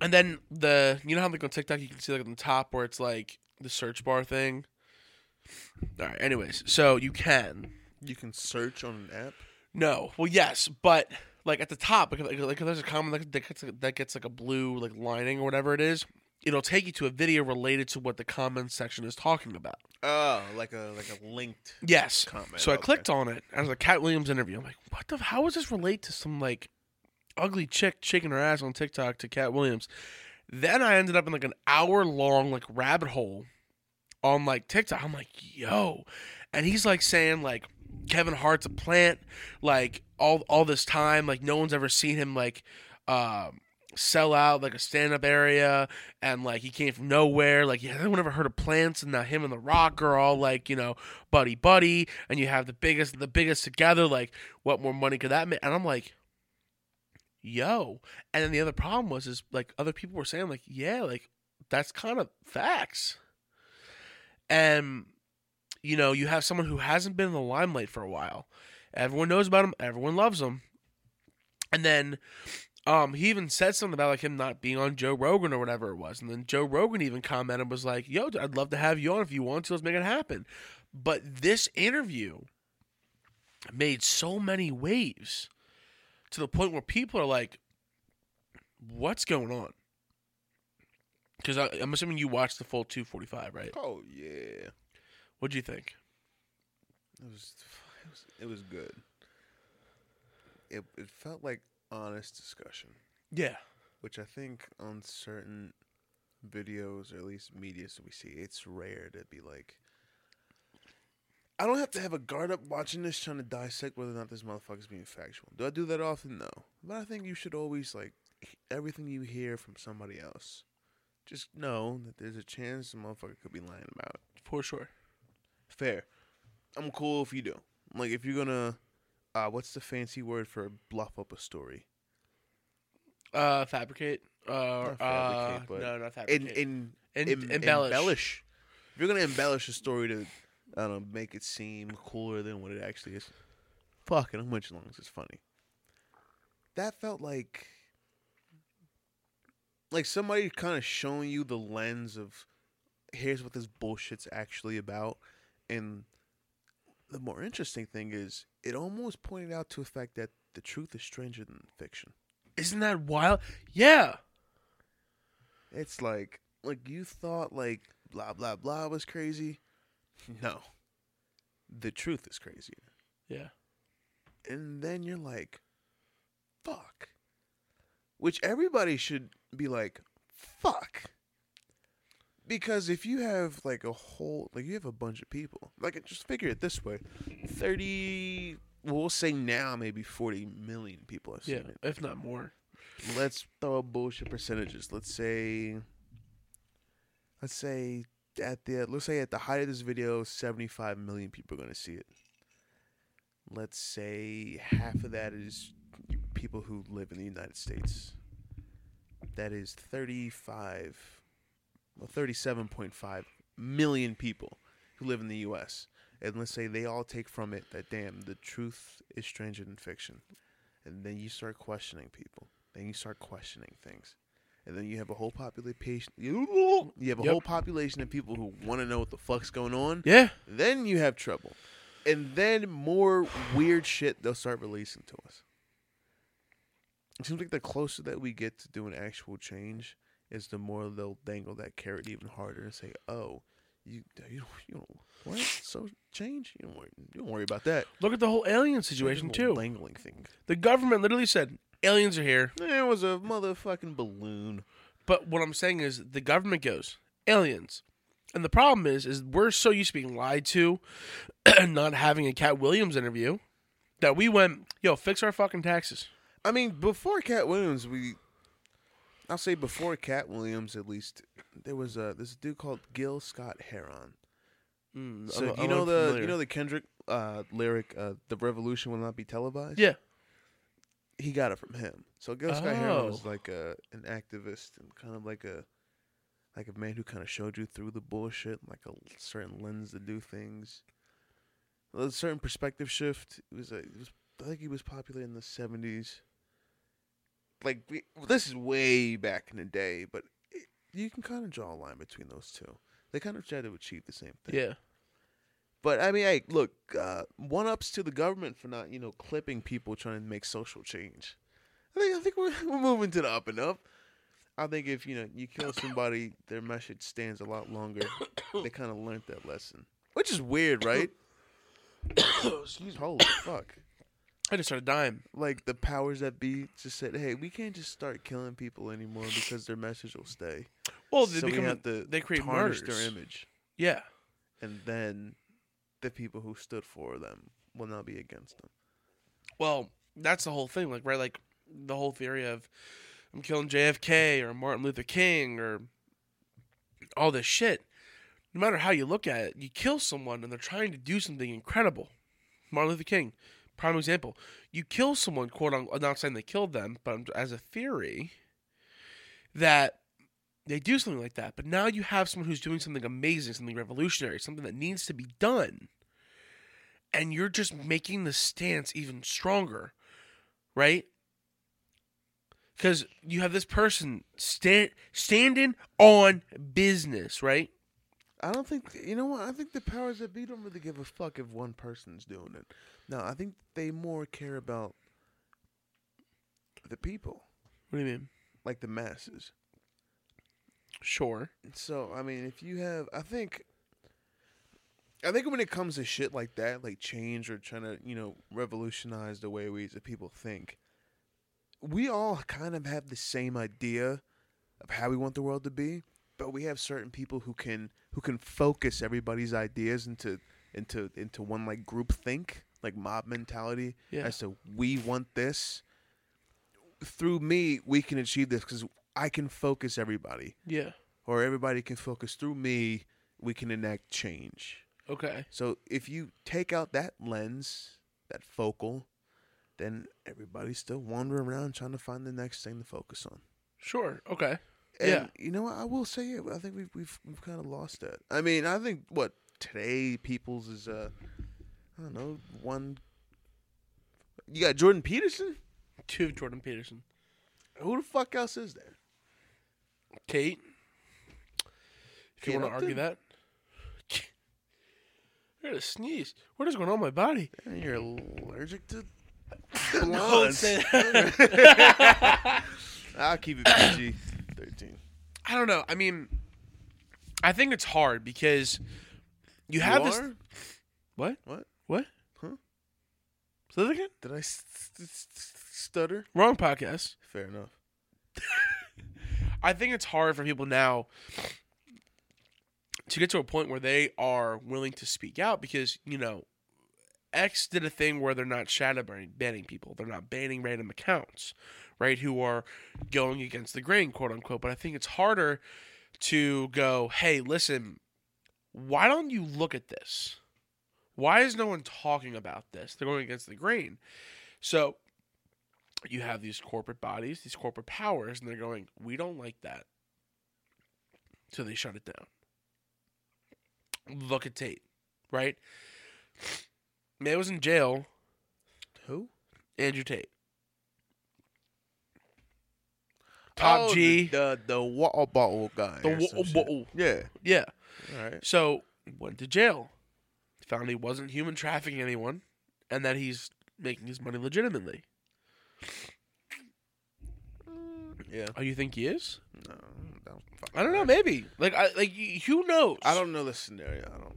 Speaker 2: and then the you know how like on TikTok you can see like on the top where it's like the search bar thing. All right. Anyways, so you can
Speaker 1: You can search on an app.
Speaker 2: No. Well, yes, but like at the top, like, like, like, if there's a comment that that gets, that gets like a blue like lining or whatever it is. It'll take you to a video related to what the comment section is talking about.
Speaker 1: Oh, like a like a linked.
Speaker 2: Yes.
Speaker 1: Comment,
Speaker 2: so
Speaker 1: Oh,
Speaker 2: I
Speaker 1: okay.
Speaker 2: clicked on it. I was like Cat Williams interview. I'm like, what the? How does this relate to some like ugly chick shaking her ass on TikTok to Cat Williams? Then I ended up in like an hour long like rabbit hole on like TikTok. I'm like, yo, and he's like saying like Kevin Hart's a plant. Like all all this time, like no one's ever seen him like um sell out like a stand up area, and like he came from nowhere. Like yeah, no one ever heard of plants, and now him and The Rock are all like you know buddy buddy, and you have the biggest the biggest together. Like what more money could that make? And I'm like. Yo, and then the other problem was is like other people were saying like yeah like that's kind of facts, and you know, you have someone who hasn't been in the limelight for a while. Everyone knows about him, everyone loves him. And then um he even said something about like him not being on Joe Rogan or whatever it was. And then Joe Rogan even commented was like, "Yo, I'd love to have you on if you want to. Let's make it happen." But this interview made so many waves to the point where people are like, "What's going on?" Because I'm assuming you watched the full 245, right?
Speaker 1: Oh yeah,
Speaker 2: What do you think?
Speaker 1: it was it was, it was good. It it felt like honest discussion,
Speaker 2: Yeah.
Speaker 1: which I think on certain videos or at least media that we see, it's rare to be like. I don't have to have a guard up watching this trying to dissect whether or not this motherfucker's being factual. Do I do that often? No. But I think you should always like he- everything you hear from somebody else. Just know that there's a chance the motherfucker could be lying about it.
Speaker 2: For sure.
Speaker 1: Fair. I'm cool if you do. Like if you're gonna uh what's the fancy word for bluff up a story?
Speaker 2: Uh, fabricate. Uh,
Speaker 1: Not fabricate,
Speaker 2: uh,
Speaker 1: but-
Speaker 2: no, not
Speaker 1: In
Speaker 2: fabricate.
Speaker 1: in,
Speaker 2: En-
Speaker 1: em-
Speaker 2: embellish.
Speaker 1: If you're gonna embellish a story to I don't know, make it seem cooler than what it actually is. Fuck it, I'm with you as long as it's funny. That felt like like somebody kind of showing you the lens of here's what this bullshit's actually about and the more interesting thing is it almost pointed out to the fact that the truth is stranger than fiction
Speaker 2: Isn't that wild? Yeah.
Speaker 1: it's like like you thought like blah blah blah was crazy no the truth is crazier
Speaker 2: Yeah.
Speaker 1: and then you're like, fuck. Which everybody should be like, fuck. Because if you have like a whole, like you have a bunch of people, like just figure it this way 30, well, we'll say now maybe 40 million people have seen
Speaker 2: Yeah.
Speaker 1: it.
Speaker 2: If not more.
Speaker 1: Let's throw out bullshit percentages. Let's say, let's say at the, let's say at the height of this video, 75 million people are going to see it let's say half of that is people who live in the United States. That is 35, well, 37.5 million people who live in the U.S. And let's say they all take from it that, damn, the truth is stranger than fiction. And then you start questioning people. Then you start questioning things. And then you have a whole population. You have a
Speaker 2: Yep.
Speaker 1: whole population of people who want to know what the fuck's going on
Speaker 2: Yeah.
Speaker 1: then you have trouble. And then more weird shit they'll start releasing to us. It seems like the closer that we get to doing actual change is the more they'll dangle that carrot even harder and say, "Oh, you you don't, you don't what? So change? You don't worry, you don't worry about that
Speaker 2: Look at the whole alien situation
Speaker 1: Little
Speaker 2: too.
Speaker 1: Dangling thing.
Speaker 2: The government literally said aliens are here.
Speaker 1: It was a motherfucking balloon.
Speaker 2: But what I'm saying is the government goes aliens. And the problem is, is we're so used to being lied to, and not having a Cat Williams interview, that we went, yo, fix our fucking taxes.
Speaker 1: I mean, before Cat Williams, we. I'll say before Cat Williams, at least, there was a this dude called Gil Scott Heron. Hmm, So do you know the you know the Kendrick uh, lyric, uh, "The revolution will not be televised."
Speaker 2: yeah,
Speaker 1: he got it from him. So Gil Scott Heron was
Speaker 2: Oh.
Speaker 1: like a an activist and kind of like a like a man who kind of showed you through the bullshit, like a certain lens to do things, a certain perspective shift. It was, a, it was I think he was popular in the seventies. Like we, this is way back in the day, but it, you can kind of draw a line between those two. They kind of try to achieve the same thing.
Speaker 2: yeah,
Speaker 1: But I mean, hey, look, uh, one ups to the government for not, you know, clipping people trying to make social change. I think I think we're, we're moving to the up and up. I think if you know you kill somebody, their message stands a lot longer. they kind of learned that lesson, which is weird, right? Holy fuck!
Speaker 2: I just started dying.
Speaker 1: Like the powers that be just said, "Hey, we can't just start killing people anymore because their message will stay."
Speaker 2: Well, they
Speaker 1: so
Speaker 2: become
Speaker 1: we have to
Speaker 2: they create
Speaker 1: tarnish
Speaker 2: martyrs.
Speaker 1: their image.
Speaker 2: yeah,
Speaker 1: and then the people who stood for them will not be against them.
Speaker 2: Well, that's the whole thing, like right, like the whole theory of I'm killing JFK or Martin Luther King or all this shit. No matter how you look at it, you kill someone and they're trying to do something incredible. Martin Luther King, prime example. You kill someone, quote unquote. I'm not saying they killed them, but I'm- as a theory that they do something like that. But now you have someone who's doing something amazing, something revolutionary, something that needs to be done and you're just making the stance even stronger, right? Because you have this person stand standing on business, right?
Speaker 1: I don't think you know what I think the powers that be don't really give a fuck if one person's doing it. No, I think they more care about the people,
Speaker 2: What do you mean?
Speaker 1: like the masses.
Speaker 2: Sure.
Speaker 1: So I mean, if you have, I think, I think when it comes to shit like that, like change or trying to you know revolutionize the way we as a people think, we all kind of have the same idea of how we want the world to be, but we have certain people who can who can focus everybody's ideas into into into one like group think, like mob mentality
Speaker 2: Yeah.
Speaker 1: as to we want this. Through me, we can achieve this because I can focus everybody
Speaker 2: yeah.
Speaker 1: or everybody can focus through me, we can enact change.
Speaker 2: Okay.
Speaker 1: So if you take out that lens, that focal, then everybody's still wandering around trying to find the next thing to focus on.
Speaker 2: Sure. Okay.
Speaker 1: And
Speaker 2: Yeah.
Speaker 1: you know what? I will say it. I think we've we've we've kind of lost that. I mean, I think what today people's is uh, I don't know one. You got Jordan Peterson.
Speaker 2: Two Jordan Peterson.
Speaker 1: Who the fuck else is there?
Speaker 2: Kate. If you
Speaker 1: Kate
Speaker 2: want to
Speaker 1: Upton?
Speaker 2: argue that. I gotta sneeze. What is going on in my body?
Speaker 1: Man, you're allergic to
Speaker 2: Don't
Speaker 1: blondes.
Speaker 2: say that.
Speaker 1: I'll keep it PG thirteen.
Speaker 2: I don't know. I mean, I think it's hard because you have this.
Speaker 1: are?
Speaker 2: What?
Speaker 1: What?
Speaker 2: What?
Speaker 1: Huh?
Speaker 2: Say that again?
Speaker 1: Did I s- s- s- stutter?
Speaker 2: Wrong podcast.
Speaker 1: Fair enough.
Speaker 2: I think it's hard for people now to get to a point where they are willing to speak out because, you know, X did a thing where they're not shadow banning, banning people. They're not banning random accounts, right? Who are going against the grain, quote unquote. But I think it's harder to go, hey, listen, why don't you look at this? Why is no one talking about this? They're going against the grain. So you have these corporate bodies, these corporate powers, and they're going, we don't like that. So they shut it down. Look at Tate, right? Man was in jail,
Speaker 1: Who?
Speaker 2: Andrew Tate. Top G.
Speaker 1: The, the the water bottle guy.
Speaker 2: The
Speaker 1: or
Speaker 2: wa-
Speaker 1: some shit.
Speaker 2: wa-
Speaker 1: yeah.
Speaker 2: yeah.
Speaker 1: All right.
Speaker 2: So went to jail. Found he wasn't human trafficking anyone, and that he's making his money legitimately.
Speaker 1: Yeah.
Speaker 2: Oh, you think he is?
Speaker 1: No, I don't, fuck
Speaker 2: I don't know.
Speaker 1: that.
Speaker 2: Maybe. Like, I like. y- Who knows?
Speaker 1: I don't know the scenario. I don't. I don't.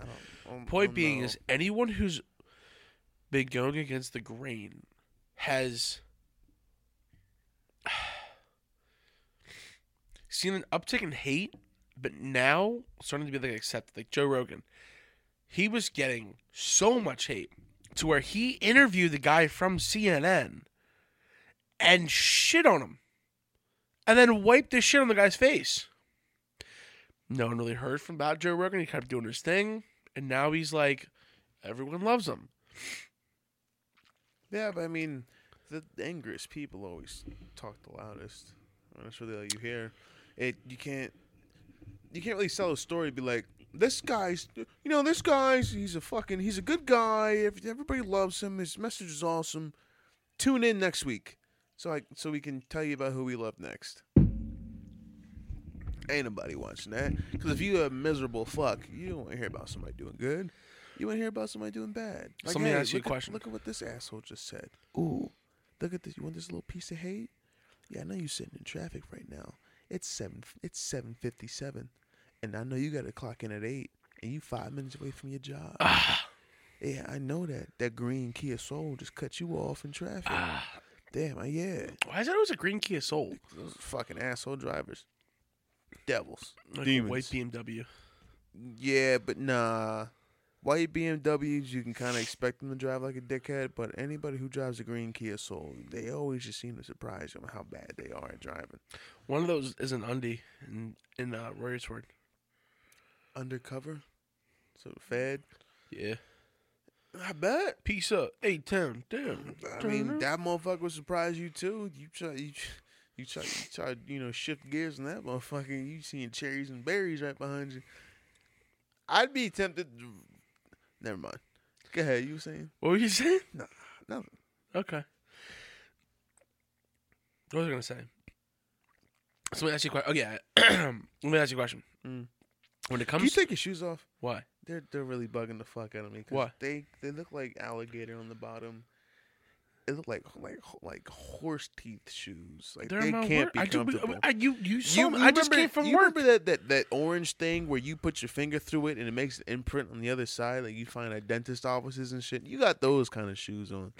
Speaker 1: I don't-
Speaker 2: Point
Speaker 1: I don't
Speaker 2: being
Speaker 1: know.
Speaker 2: is anyone who's been going against the grain has seen an uptick in hate, but now starting to be like accepted. Like Joe Rogan, he was getting so much hate to where he interviewed the guy from CNN and shit on him, and then wiped the shit on the guy's face. No one really heard from about Joe Rogan. He kept doing his thing and now he's like everyone loves him
Speaker 1: Yeah, but I mean, the angriest people always talk the loudest. And That's really all you hear. It you can't you can't really sell a story. and Be like, this guy's you know this guy's he's a fucking he's a good guy. Ev- Everybody loves him. His message is awesome. Tune in next week, so I so we can tell you about who we love next. Ain't nobody watching that. Because if you a miserable fuck, you don't want to hear about somebody doing good. You want to hear about somebody doing bad.
Speaker 2: So let me ask you a
Speaker 1: look at-
Speaker 2: question.
Speaker 1: look at what this asshole just said. Ooh, look at this. You want this little piece of hate? Yeah, I know you're sitting in traffic right now. It's seven. It's seven fifty-seven, and I know you got to clock in at eight, and you five minutes away from your job. Yeah, I know that. That green Kia Soul just cut you off in traffic. Damn, I, yeah.
Speaker 2: why is that always a green Kia Soul
Speaker 1: Those fucking asshole drivers. Devils.
Speaker 2: like a
Speaker 1: Demons.
Speaker 2: white BMW
Speaker 1: Yeah, but nah. White BMWs, you can kind of expect them to drive like a dickhead, but anybody who drives a green Kia Soul, they always just seem to surprise you on how bad they are at driving.
Speaker 2: One of those is an undie in in uh, Rory's word.
Speaker 1: Undercover, so fed.
Speaker 2: Yeah.
Speaker 1: I bet.
Speaker 2: Peace up. Hey, town. Damn.
Speaker 1: I mean, that motherfucker would surprise you too. You try, you, you try, you try, you know, shift gears and that motherfucker. You seeing cherries and berries right behind you. I'd be tempted. To, never mind. Go ahead. You were saying
Speaker 2: What were you saying?
Speaker 1: nothing.
Speaker 2: Okay. What was I gonna say? So let me ask you a question. Oh yeah. let me ask you a question.
Speaker 1: Mm.
Speaker 2: When it
Speaker 1: Can
Speaker 2: comes,
Speaker 1: you take your shoes off?
Speaker 2: why?
Speaker 1: They're they're really bugging the fuck out of me. 'cause
Speaker 2: Why?
Speaker 1: They they look like alligator on the bottom. It look like like like horse teeth shoes. Like
Speaker 2: They're
Speaker 1: they
Speaker 2: in my
Speaker 1: can't
Speaker 2: work.
Speaker 1: be
Speaker 2: I do.
Speaker 1: comfortable.
Speaker 2: I, you you saw. me.
Speaker 1: you
Speaker 2: I just
Speaker 1: remember-
Speaker 2: came from
Speaker 1: you
Speaker 2: work.
Speaker 1: Remember that, that that orange thing where you put your finger through it and it makes an imprint on the other side, like you find at dentist offices and shit. You got those kind of shoes on.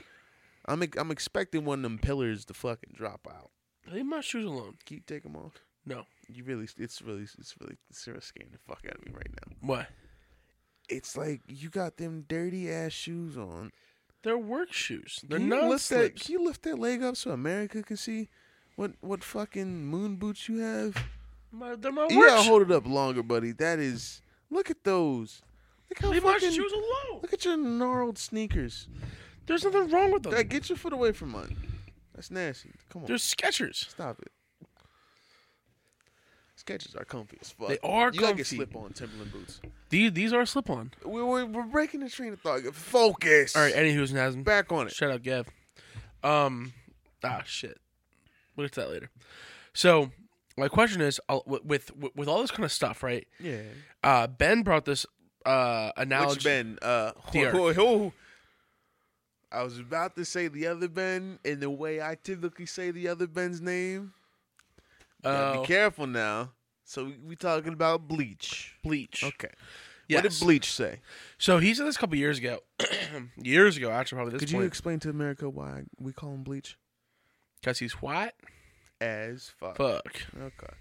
Speaker 1: I'm ex- I'm expecting one of them pillars to fucking drop out.
Speaker 2: Leave my shoes alone.
Speaker 1: Keep taking them off.
Speaker 2: No.
Speaker 1: You really, it's really, it's really, it's really scaring the fuck out of me right now.
Speaker 2: Why?
Speaker 1: It's like you got them dirty ass shoes on.
Speaker 2: They're work shoes. They're
Speaker 1: Can you
Speaker 2: not
Speaker 1: lift that,
Speaker 2: slips.
Speaker 1: Can you lift that leg up so America can see what what fucking moon boots you have?
Speaker 2: My, they're my
Speaker 1: You
Speaker 2: work
Speaker 1: gotta
Speaker 2: shoes.
Speaker 1: hold it up longer, buddy. That is. Look at those. Look how
Speaker 2: Leave my
Speaker 1: fucking.
Speaker 2: shoes alone.
Speaker 1: Look at your gnarled sneakers.
Speaker 2: There's nothing wrong with them.
Speaker 1: Dad, get your foot away from mine. That's nasty. Come on,
Speaker 2: They're Skechers.
Speaker 1: stop it. Sketches are comfy as fuck.
Speaker 2: They are
Speaker 1: You gotta get
Speaker 2: comfy.
Speaker 1: slip-on Timberland boots.
Speaker 2: These these are slip on.
Speaker 1: We, we, we're breaking the train of thought. Focus.
Speaker 2: All right, Eddie Houston has them.
Speaker 1: back on it.
Speaker 2: Shut up, Gav. Um, ah, shit. We'll get to that later. So my question is, I'll- with with, with all this kind of stuff, right?
Speaker 1: Yeah.
Speaker 2: Uh, Ben brought this uh analogy.
Speaker 1: Which Ben? Uh, who,
Speaker 2: The
Speaker 1: who, who- I was about to say the other Ben, and the way I typically say the other Ben's name. Gotta
Speaker 2: Uh,
Speaker 1: be careful now. So we, we talking about bleach.
Speaker 2: bleach.
Speaker 1: Okay.
Speaker 2: Yes.
Speaker 1: What did bleach say?
Speaker 2: so he said this a couple years ago. years ago, actually, probably this
Speaker 1: Could you
Speaker 2: point.
Speaker 1: explain to America why we call him bleach?
Speaker 2: Because he's white.
Speaker 1: As fuck.
Speaker 2: Fuck.
Speaker 1: Okay.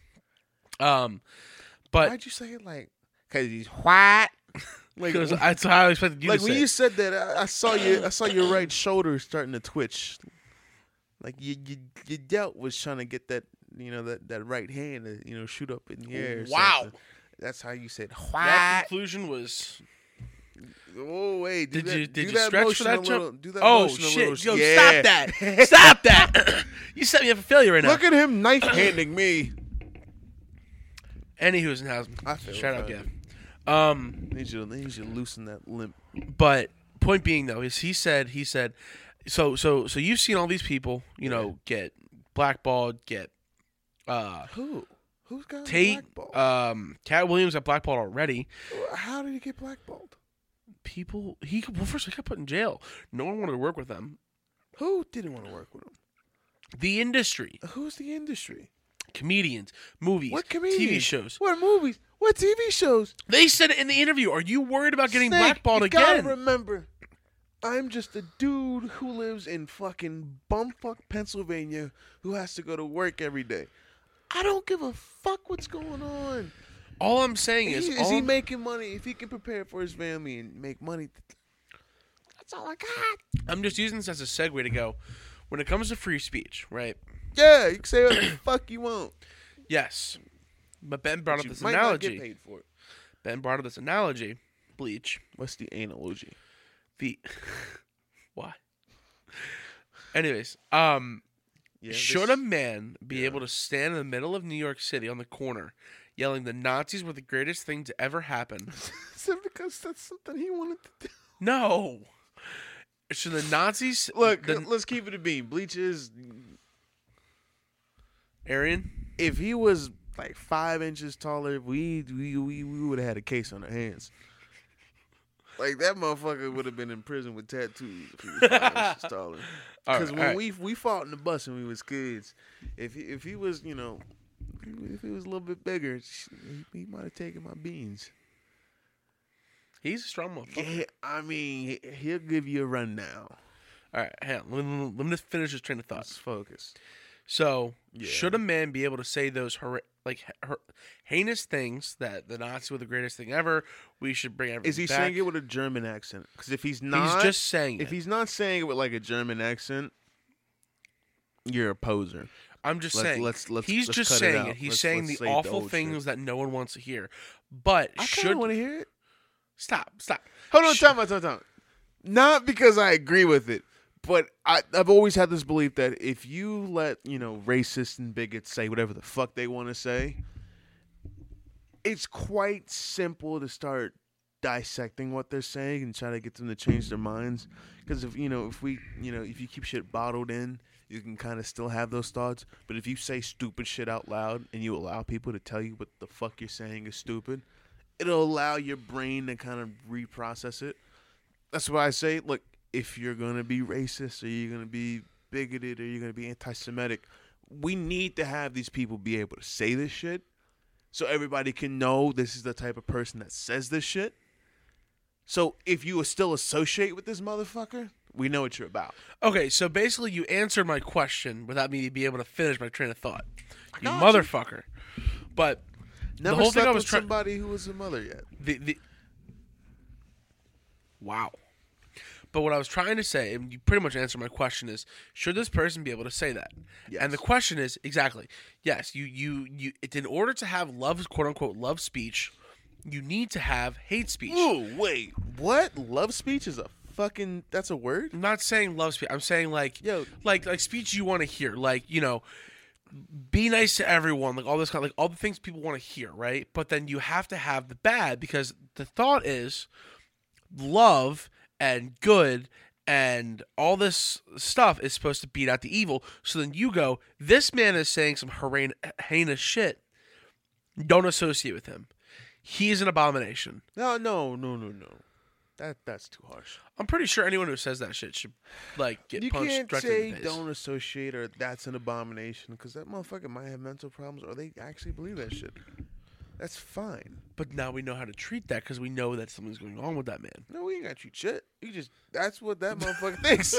Speaker 2: Um, but
Speaker 1: Why'd you say it like? Cause he's white. Like,
Speaker 2: because that's how I expected you
Speaker 1: like
Speaker 2: to
Speaker 1: when
Speaker 2: say.
Speaker 1: you
Speaker 2: it.
Speaker 1: said that, I, I saw your I saw your right shoulder starting to twitch. Like you you you dealt was trying to get that you know that that right hand to you know shoot up in the air. or
Speaker 2: Wow.
Speaker 1: something. That's how you said
Speaker 2: that
Speaker 1: white.
Speaker 2: conclusion was.
Speaker 1: Oh wait, do
Speaker 2: Did
Speaker 1: that,
Speaker 2: you-
Speaker 1: do
Speaker 2: did you
Speaker 1: that
Speaker 2: stretch for
Speaker 1: motion
Speaker 2: that
Speaker 1: a
Speaker 2: jump?
Speaker 1: little, Do that
Speaker 2: Oh
Speaker 1: motion a
Speaker 2: shit!
Speaker 1: little-
Speaker 2: Yo,
Speaker 1: Yeah.
Speaker 2: stop that! Stop that! you set me up for failure right now.
Speaker 1: Look at him knife handing me.
Speaker 2: Any who's in house.
Speaker 1: I feel
Speaker 2: Shout out,
Speaker 1: offended.
Speaker 2: Gav. Um,
Speaker 1: Need you, to- need you to loosen that limp.
Speaker 2: but point being though is he said he said, so so so you've seen all these people you know get blackballed, get uh
Speaker 1: Who? Who's got
Speaker 2: Tate,
Speaker 1: blackballed?
Speaker 2: um Cat Williams got blackballed already.
Speaker 1: How did he get blackballed?
Speaker 2: People he well first he got put in jail. No one wanted to work with them.
Speaker 1: Who didn't want to work with him?
Speaker 2: The industry,
Speaker 1: Who's the industry?
Speaker 2: comedians, movies,
Speaker 1: What comedians?
Speaker 2: TV shows.
Speaker 1: What movies? What TV shows?
Speaker 2: They said it in the interview. Are you worried about getting
Speaker 1: Snake,
Speaker 2: blackballed
Speaker 1: you
Speaker 2: again?
Speaker 1: Gotta remember, I'm just a dude who lives in fucking bumfuck Pennsylvania who has to go to work every day. I don't give a fuck what's going on.
Speaker 2: all I'm saying
Speaker 1: Is
Speaker 2: is,
Speaker 1: he, is
Speaker 2: all
Speaker 1: he
Speaker 2: I'm-
Speaker 1: making money? If he can prepare for his family and make money, that's all I got.
Speaker 2: I'm just using this as a segue to go. When it comes to free speech, right?
Speaker 1: Yeah, you can say what the fuck you want.
Speaker 2: Yes. But Ben brought up
Speaker 1: You
Speaker 2: this
Speaker 1: might not get
Speaker 2: analogy.
Speaker 1: paid for it.
Speaker 2: Ben brought up this analogy. Bleach.
Speaker 1: What's the analogy?
Speaker 2: The why? Anyways, um
Speaker 1: Yeah,
Speaker 2: should
Speaker 1: this-
Speaker 2: a man be able to stand in the middle of New York City on the corner yelling the Nazis were the greatest thing to ever happen?
Speaker 1: Is it because that's something he wanted to do?
Speaker 2: no. Should the Nazis
Speaker 1: Look,
Speaker 2: the
Speaker 1: let's keep it a beam. Bleach is
Speaker 2: Arian?
Speaker 1: if he was like five inches taller, we we we, we would have had a case on our hands. Like that motherfucker would have been in prison with tattoos if he was five inches taller.
Speaker 2: All
Speaker 1: Because
Speaker 2: right,
Speaker 1: when
Speaker 2: all right.
Speaker 1: we we fought in the bus when we was kids, if he, if he was you know if he was a little bit bigger, sh- he, he might have taken my beans.
Speaker 2: He's a strong motherfucker.
Speaker 1: Yeah, I mean he- he'll give you a run now.
Speaker 2: All right, hang on. Let me, let me just finish this train of thought.
Speaker 1: Let's focus.
Speaker 2: So,
Speaker 1: Yeah.
Speaker 2: should a man be able to say those hor- like her- heinous things that the Nazis were the greatest thing ever? We should bring everything
Speaker 1: Is he
Speaker 2: back.
Speaker 1: saying it with a German accent? Because if he's not,
Speaker 2: He's just saying
Speaker 1: if
Speaker 2: it.
Speaker 1: he's not saying it with like a German accent, you're a poser.
Speaker 2: I'm just
Speaker 1: let's-
Speaker 2: saying.
Speaker 1: let's- let's-
Speaker 2: he's
Speaker 1: let's
Speaker 2: just
Speaker 1: cut it
Speaker 2: saying
Speaker 1: out.
Speaker 2: it. He's
Speaker 1: Let's-
Speaker 2: saying
Speaker 1: let's say the
Speaker 2: the awful
Speaker 1: old
Speaker 2: things
Speaker 1: shit.
Speaker 2: that no one wants to hear. But
Speaker 1: I kind
Speaker 2: should
Speaker 1: of want to hear it.
Speaker 2: stop, stop.
Speaker 1: Hold on,
Speaker 2: Sh-
Speaker 1: time, out, time, out, time. out. Not because I agree with it, but I, I've always had this belief that if you let you know racists and bigots say whatever the fuck they want to say, it's quite simple to start dissecting what they're saying and try to get them to change their minds. Because if you know, if we, you know, if you keep shit bottled in, you can kind of still have those thoughts. But if you say stupid shit out loud and you allow people to tell you what the fuck you're saying is stupid, it'll allow your brain to kind of reprocess it. That's why I say, look, if you're gonna be racist or you're gonna be bigoted or you're gonna be anti-Semitic, we need to have these people be able to say this shit so everybody can know this is the type of person that says this shit. So if you still associate with this motherfucker, we know what you're about.
Speaker 2: Okay, so basically, you answered my question without me being able to finish my train of thought. You
Speaker 1: got you.
Speaker 2: motherfucker. But
Speaker 1: Never
Speaker 2: whole thing
Speaker 1: slept
Speaker 2: I was
Speaker 1: with
Speaker 2: try-
Speaker 1: somebody who was a mother yet.
Speaker 2: the, the wow but what i was trying to say and you pretty much answered my question is should this person be able to say that
Speaker 1: Yes.
Speaker 2: and the question is exactly yes you you you it's in order to have love quote unquote love speech you need to have hate speech
Speaker 1: Ooh, wait, what? Love speech is a fucking that's a word.
Speaker 2: i'm not saying love speech i'm saying like
Speaker 1: Yo.
Speaker 2: like like speech you want to hear like you know be nice to everyone like all this kind like all the things people want to hear right but then you have to have the bad because the thought is love and good and all this stuff is supposed to beat out the evil. So then you go, this man is saying some horrain- heinous shit. Don't associate with him. He is an abomination.
Speaker 1: No, no, no, no, no. That that's too harsh.
Speaker 2: I'm pretty sure anyone who says that shit should like get
Speaker 1: you
Speaker 2: punched
Speaker 1: can't
Speaker 2: directly
Speaker 1: say
Speaker 2: in the face.
Speaker 1: don't associate or that's an abomination because that motherfucker might have mental problems or they actually believe that shit. That's fine.
Speaker 2: But now we know how to treat that because we know that something's going on with that man.
Speaker 1: No, we ain't got you shit. You just that's what that motherfucker thinks.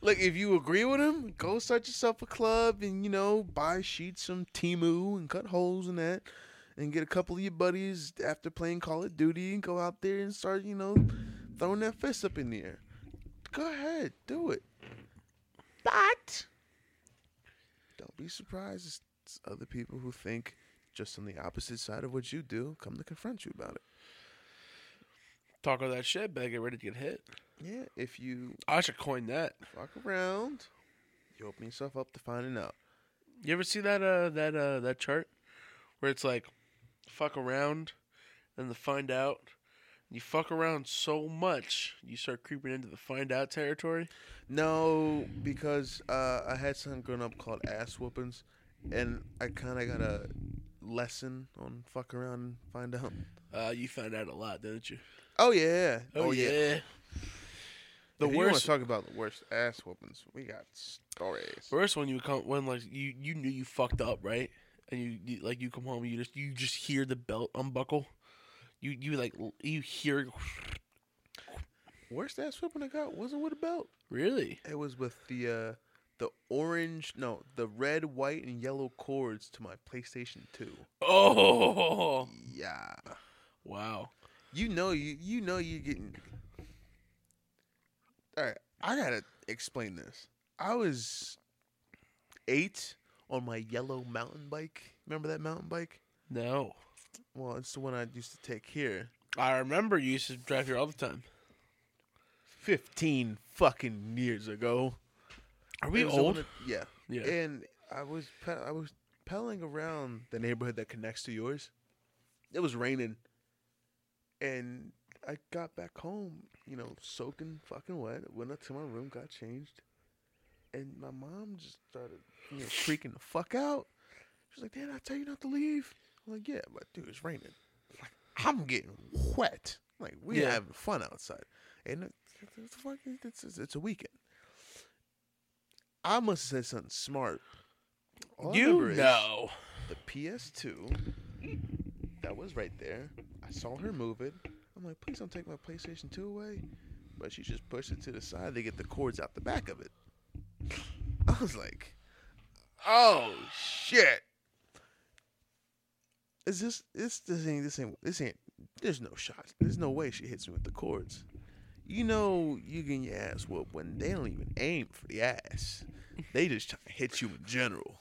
Speaker 1: Look, if you agree with him, go start yourself a club and you know buy sheets from Timu and cut holes in that, and get a couple of your buddies after playing Call of Duty and go out there and start you know throwing that fist up in the air. Go ahead, do it. But don't be surprised. It's it's other people who think just on the opposite side of what you do come to confront you about it.
Speaker 2: Talk all that shit, better get ready to get hit.
Speaker 1: Yeah, if you
Speaker 2: I should coin that.
Speaker 1: Walk around. You open yourself up to finding out.
Speaker 2: You ever see that uh that uh that chart where it's like fuck around and the find out? You fuck around so much, you start creeping into the find out territory.
Speaker 1: No, because uh, I had something growing up called ass whoopings, and I kind of got a lesson on fuck around and find out.
Speaker 2: Uh, you found out a lot, didn't you?
Speaker 1: Oh yeah. The if
Speaker 2: The
Speaker 1: worst. You want
Speaker 2: worst,
Speaker 1: to talk about the worst ass whoopings? We got stories.
Speaker 2: worst one you would come when like you you knew you fucked up, right? And you, you like you come home, and you just you just hear the belt unbuckle. You you like l- you hear
Speaker 1: Worst ass whooping I got wasn't with a belt.
Speaker 2: really
Speaker 1: It was with the uh, the orange, no, the red, white, and yellow cords to my PlayStation Two.
Speaker 2: oh
Speaker 1: Yeah.
Speaker 2: wow
Speaker 1: You know you you know you're getting All right, I got to explain this. I was 8 on my yellow mountain bike. Remember that mountain bike?
Speaker 2: no
Speaker 1: Well, it's the one I used to take here.
Speaker 2: I remember you used to drive here all the time.
Speaker 1: 15 fucking years ago.
Speaker 2: Are
Speaker 1: It was the one that- yeah.
Speaker 2: Yeah.
Speaker 1: And I was pe- I was pedaling around the neighborhood that connects to yours. It was raining, and I got back home, you know, soaking fucking wet. Went up to my room, got changed, and my mom just started, you know, freaking the fuck out. She's like, "Dad, I tell you not to leave." I'm like, "Yeah, but dude, it's raining. Like, I'm getting wet. Like, we
Speaker 2: Yeah.
Speaker 1: having fun outside, and it- it's fucking it's, it's, it's a weekend." I must have said something smart. All I remember
Speaker 2: you
Speaker 1: is
Speaker 2: know.
Speaker 1: the PS2 that was right there. I saw her move it. I'm like, please don't take my PlayStation 2 away. But she just pushed it to the side to get the cords out the back of it. I was like,
Speaker 2: Oh shit.
Speaker 1: Is this this this ain't this ain't this ain't there's no shot. There's no way she hits me with the chords. You know you get your ass whooped when they don't even aim for the ass. They just try to hit you in general.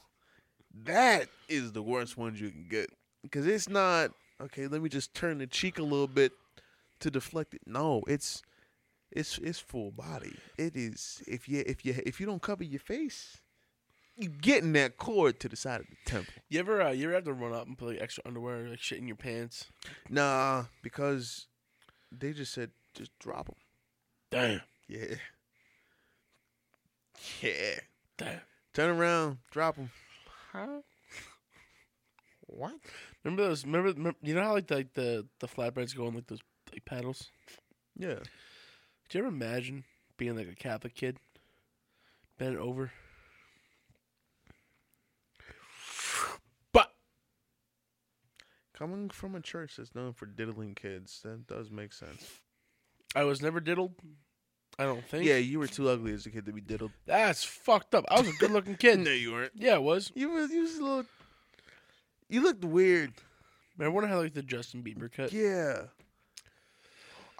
Speaker 1: That is the worst ones you can get. Because it's not, okay, let me just turn the cheek a little bit to deflect it. No, it's it's it's full body. It is if you if you if you don't cover your face, you getting that cord to the side of the temple.
Speaker 2: You ever uh, you ever have to run up and put like extra underwear, like shit in your pants?
Speaker 1: Nah, because they just said just drop them.
Speaker 2: Damn.
Speaker 1: Yeah. Yeah.
Speaker 2: Damn.
Speaker 1: Turn around, drop them.
Speaker 2: Huh?
Speaker 1: What?
Speaker 2: Remember those? Remember, remember you know how like the, like the the flatbreads go on like those like paddles?
Speaker 1: Yeah.
Speaker 2: Do you ever imagine being like a Catholic kid, bent over? But
Speaker 1: Coming from a church that's known for diddling kids, that does make sense.
Speaker 2: I was never diddled. I don't think.
Speaker 1: Yeah, you were too ugly as a kid to be diddled.
Speaker 2: That's fucked up. I was a good looking kid.
Speaker 1: you weren't.
Speaker 2: Yeah, I was.
Speaker 1: You was you was a little. You looked weird.
Speaker 2: Remember when I had like the Justin Bieber cut?
Speaker 1: Yeah.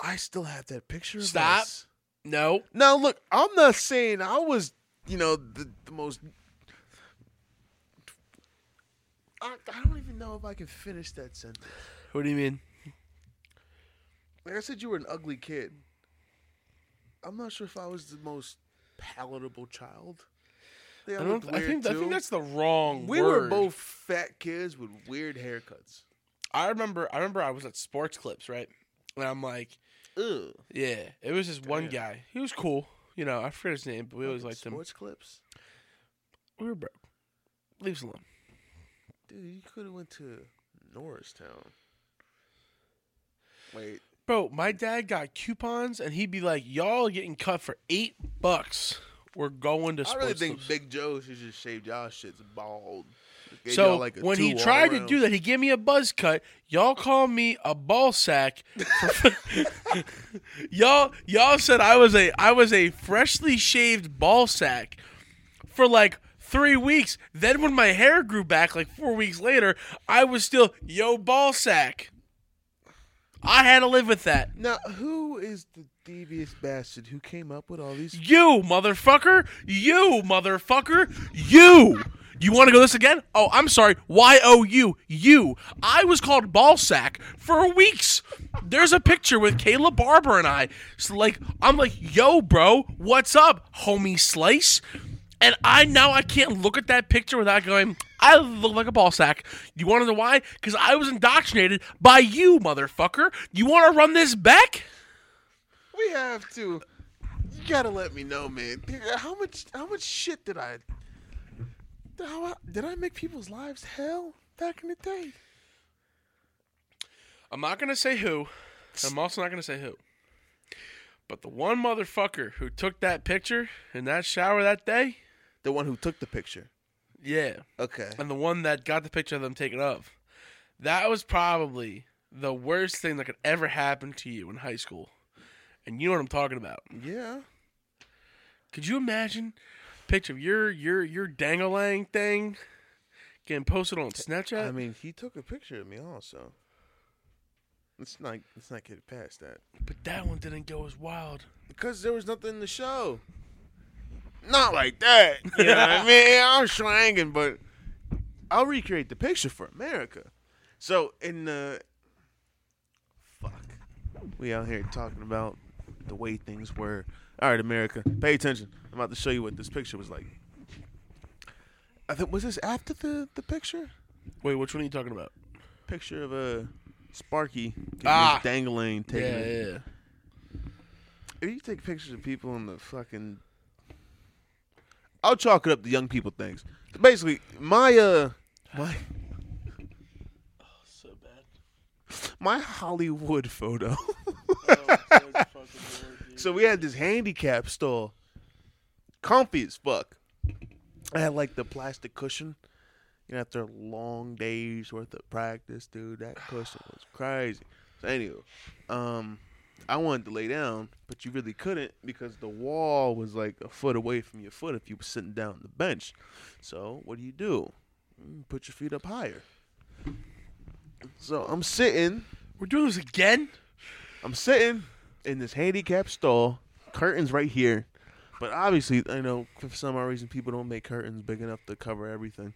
Speaker 1: I still have that picture. Of
Speaker 2: Stop.
Speaker 1: us.
Speaker 2: No.
Speaker 1: Now look, I'm not saying I was, you know, the, the most. I, I don't even know if I can finish that sentence.
Speaker 2: What do you mean?
Speaker 1: Like I said, you were an ugly kid. I'm not sure if I was the most palatable child. They
Speaker 2: I
Speaker 1: all
Speaker 2: don't.
Speaker 1: looked
Speaker 2: I
Speaker 1: weird,
Speaker 2: think. I
Speaker 1: too.
Speaker 2: think that's the wrong.
Speaker 1: We
Speaker 2: word.
Speaker 1: were both fat kids with weird haircuts.
Speaker 2: I remember. I remember. I was at Sports Clips, right? And I'm like,
Speaker 1: Ugh.
Speaker 2: yeah. It was this one
Speaker 1: Damn.
Speaker 2: guy. He was cool. You know, I forget his name, but we always
Speaker 1: Fucking
Speaker 2: liked him.
Speaker 1: Sports clips,
Speaker 2: We were broke. Leave us alone.
Speaker 1: dude. You could have went to Norristown. Wait,
Speaker 2: Bro, my dad got coupons, and he'd be like, "Y'all getting cut for eight bucks. We're going to
Speaker 1: I
Speaker 2: Sports
Speaker 1: really think
Speaker 2: Clips."
Speaker 1: Big Joe should just shave y'all shits bald. Gave
Speaker 2: so
Speaker 1: y'all, like, a
Speaker 2: when he
Speaker 1: two all
Speaker 2: tried to
Speaker 1: around.
Speaker 2: do that, he gave me a buzz cut. Y'all call me a ball sack. y'all y'all said I was a I was a freshly shaved ball sack for like three weeks. Then when my hair grew back like four weeks later, I was still yo ball sack. I had to live with that.
Speaker 1: now who is the devious bastard who came up with all these?
Speaker 2: You motherfucker! You motherfucker! You! You want to go this again? Oh, I'm sorry. Y O U. You. I was called ballsack for weeks. There's a picture with Kayla Barber and I. It's like I'm like, yo, bro, what's up, homie Slice? And I now I can't look at that picture without going, I look like a ball sack. You want to know why? Because I was indoctrinated by you, motherfucker. You want to run this back?
Speaker 1: We have to. You gotta let me know, man. Dude, How much? How much shit did I? How, I- did I make people's lives hell back in the day?
Speaker 2: I'm not gonna say who. and I'm also not gonna say who. But the one motherfucker who took that picture in that shower that day,
Speaker 1: The one who took the picture.
Speaker 2: yeah,
Speaker 1: Okay.
Speaker 2: and the one that got the picture of them taken off, that was probably the worst thing that could ever happen to you in high school. And you know what I'm talking about.
Speaker 1: Yeah.
Speaker 2: Could you imagine a picture of your your your dangalang thing getting posted on Snapchat?
Speaker 1: I mean, he took a picture of me also. Let's not let's not get past that
Speaker 2: but that one didn't go as wild.
Speaker 1: because there was nothing in the show. Not like that. You know what I mean? I'm swanging, but I'll recreate the picture for America. So in the fuck, we out here talking about the way things were. All right, America, pay attention. I'm about to show you what this picture was like. I think was this after the the picture?
Speaker 2: Wait, which one are you talking about?
Speaker 1: picture of a Sparky getting his
Speaker 2: Ah.
Speaker 1: dangling taken.
Speaker 2: Yeah, yeah, yeah.
Speaker 1: If you take pictures of people in the fucking, I'll chalk it up to young people things. Basically, my uh, my
Speaker 2: So bad.
Speaker 1: my Hollywood photo.
Speaker 2: so
Speaker 1: so we had this handicap stall, comfy as fuck. I had like the plastic cushion. You know, after a long day's worth of practice, dude, that cushion was crazy. So anyway, um, I wanted to lay down, but you really couldn't because the wall was like a foot away from your foot if you were sitting down on the bench. So what do you do? Mm, Put your feet up higher. So I'm sitting,
Speaker 2: We're doing this again?
Speaker 1: I'm sitting in this handicap stall, curtains right here. But obviously, I know for some odd reason people don't make curtains big enough to cover everything.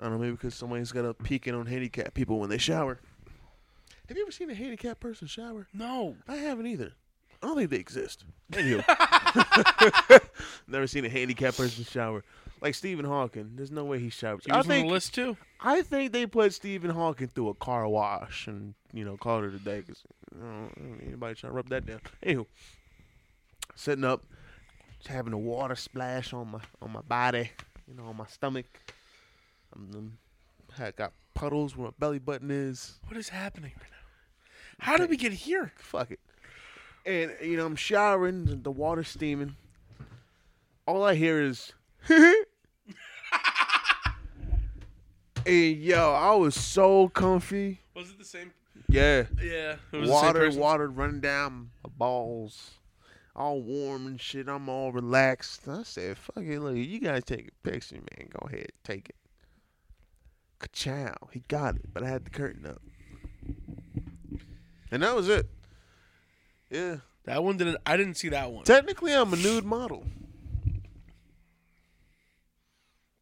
Speaker 1: I don't know, maybe because somebody's got to peek in on handicapped people when they shower. Have you ever seen a handicapped person shower?
Speaker 2: No.
Speaker 1: I haven't either. I don't think they exist. Anywho, never seen a handicapped person shower like Stephen Hawking. There's no way he showers.
Speaker 2: He
Speaker 1: I
Speaker 2: was on
Speaker 1: think
Speaker 2: the list too.
Speaker 1: I think they put Stephen Hawking through a car wash and you know called it a day because anybody trying to rub that down. Anywho, sitting up, just having a water splash on my on my body, you know, on my stomach. I'm, i I got puddles where my belly button is.
Speaker 2: What is happening right now? How did we get here?
Speaker 1: fuck it. And you know, I'm showering, the- the water's steaming. All I hear is And yo, I was so comfy.
Speaker 2: Was it the same?
Speaker 1: Yeah.
Speaker 2: Yeah. It was
Speaker 1: Water,
Speaker 2: the same
Speaker 1: water running down my balls. All warm and shit. I'm all relaxed. I said, fuck it, look, you guys take a picture, man. Go ahead, take it. Ka-chow. He got it, but I had the curtain up. And that was it. Yeah.
Speaker 2: That one didn't. I didn't see that one.
Speaker 1: Technically, I'm a nude model.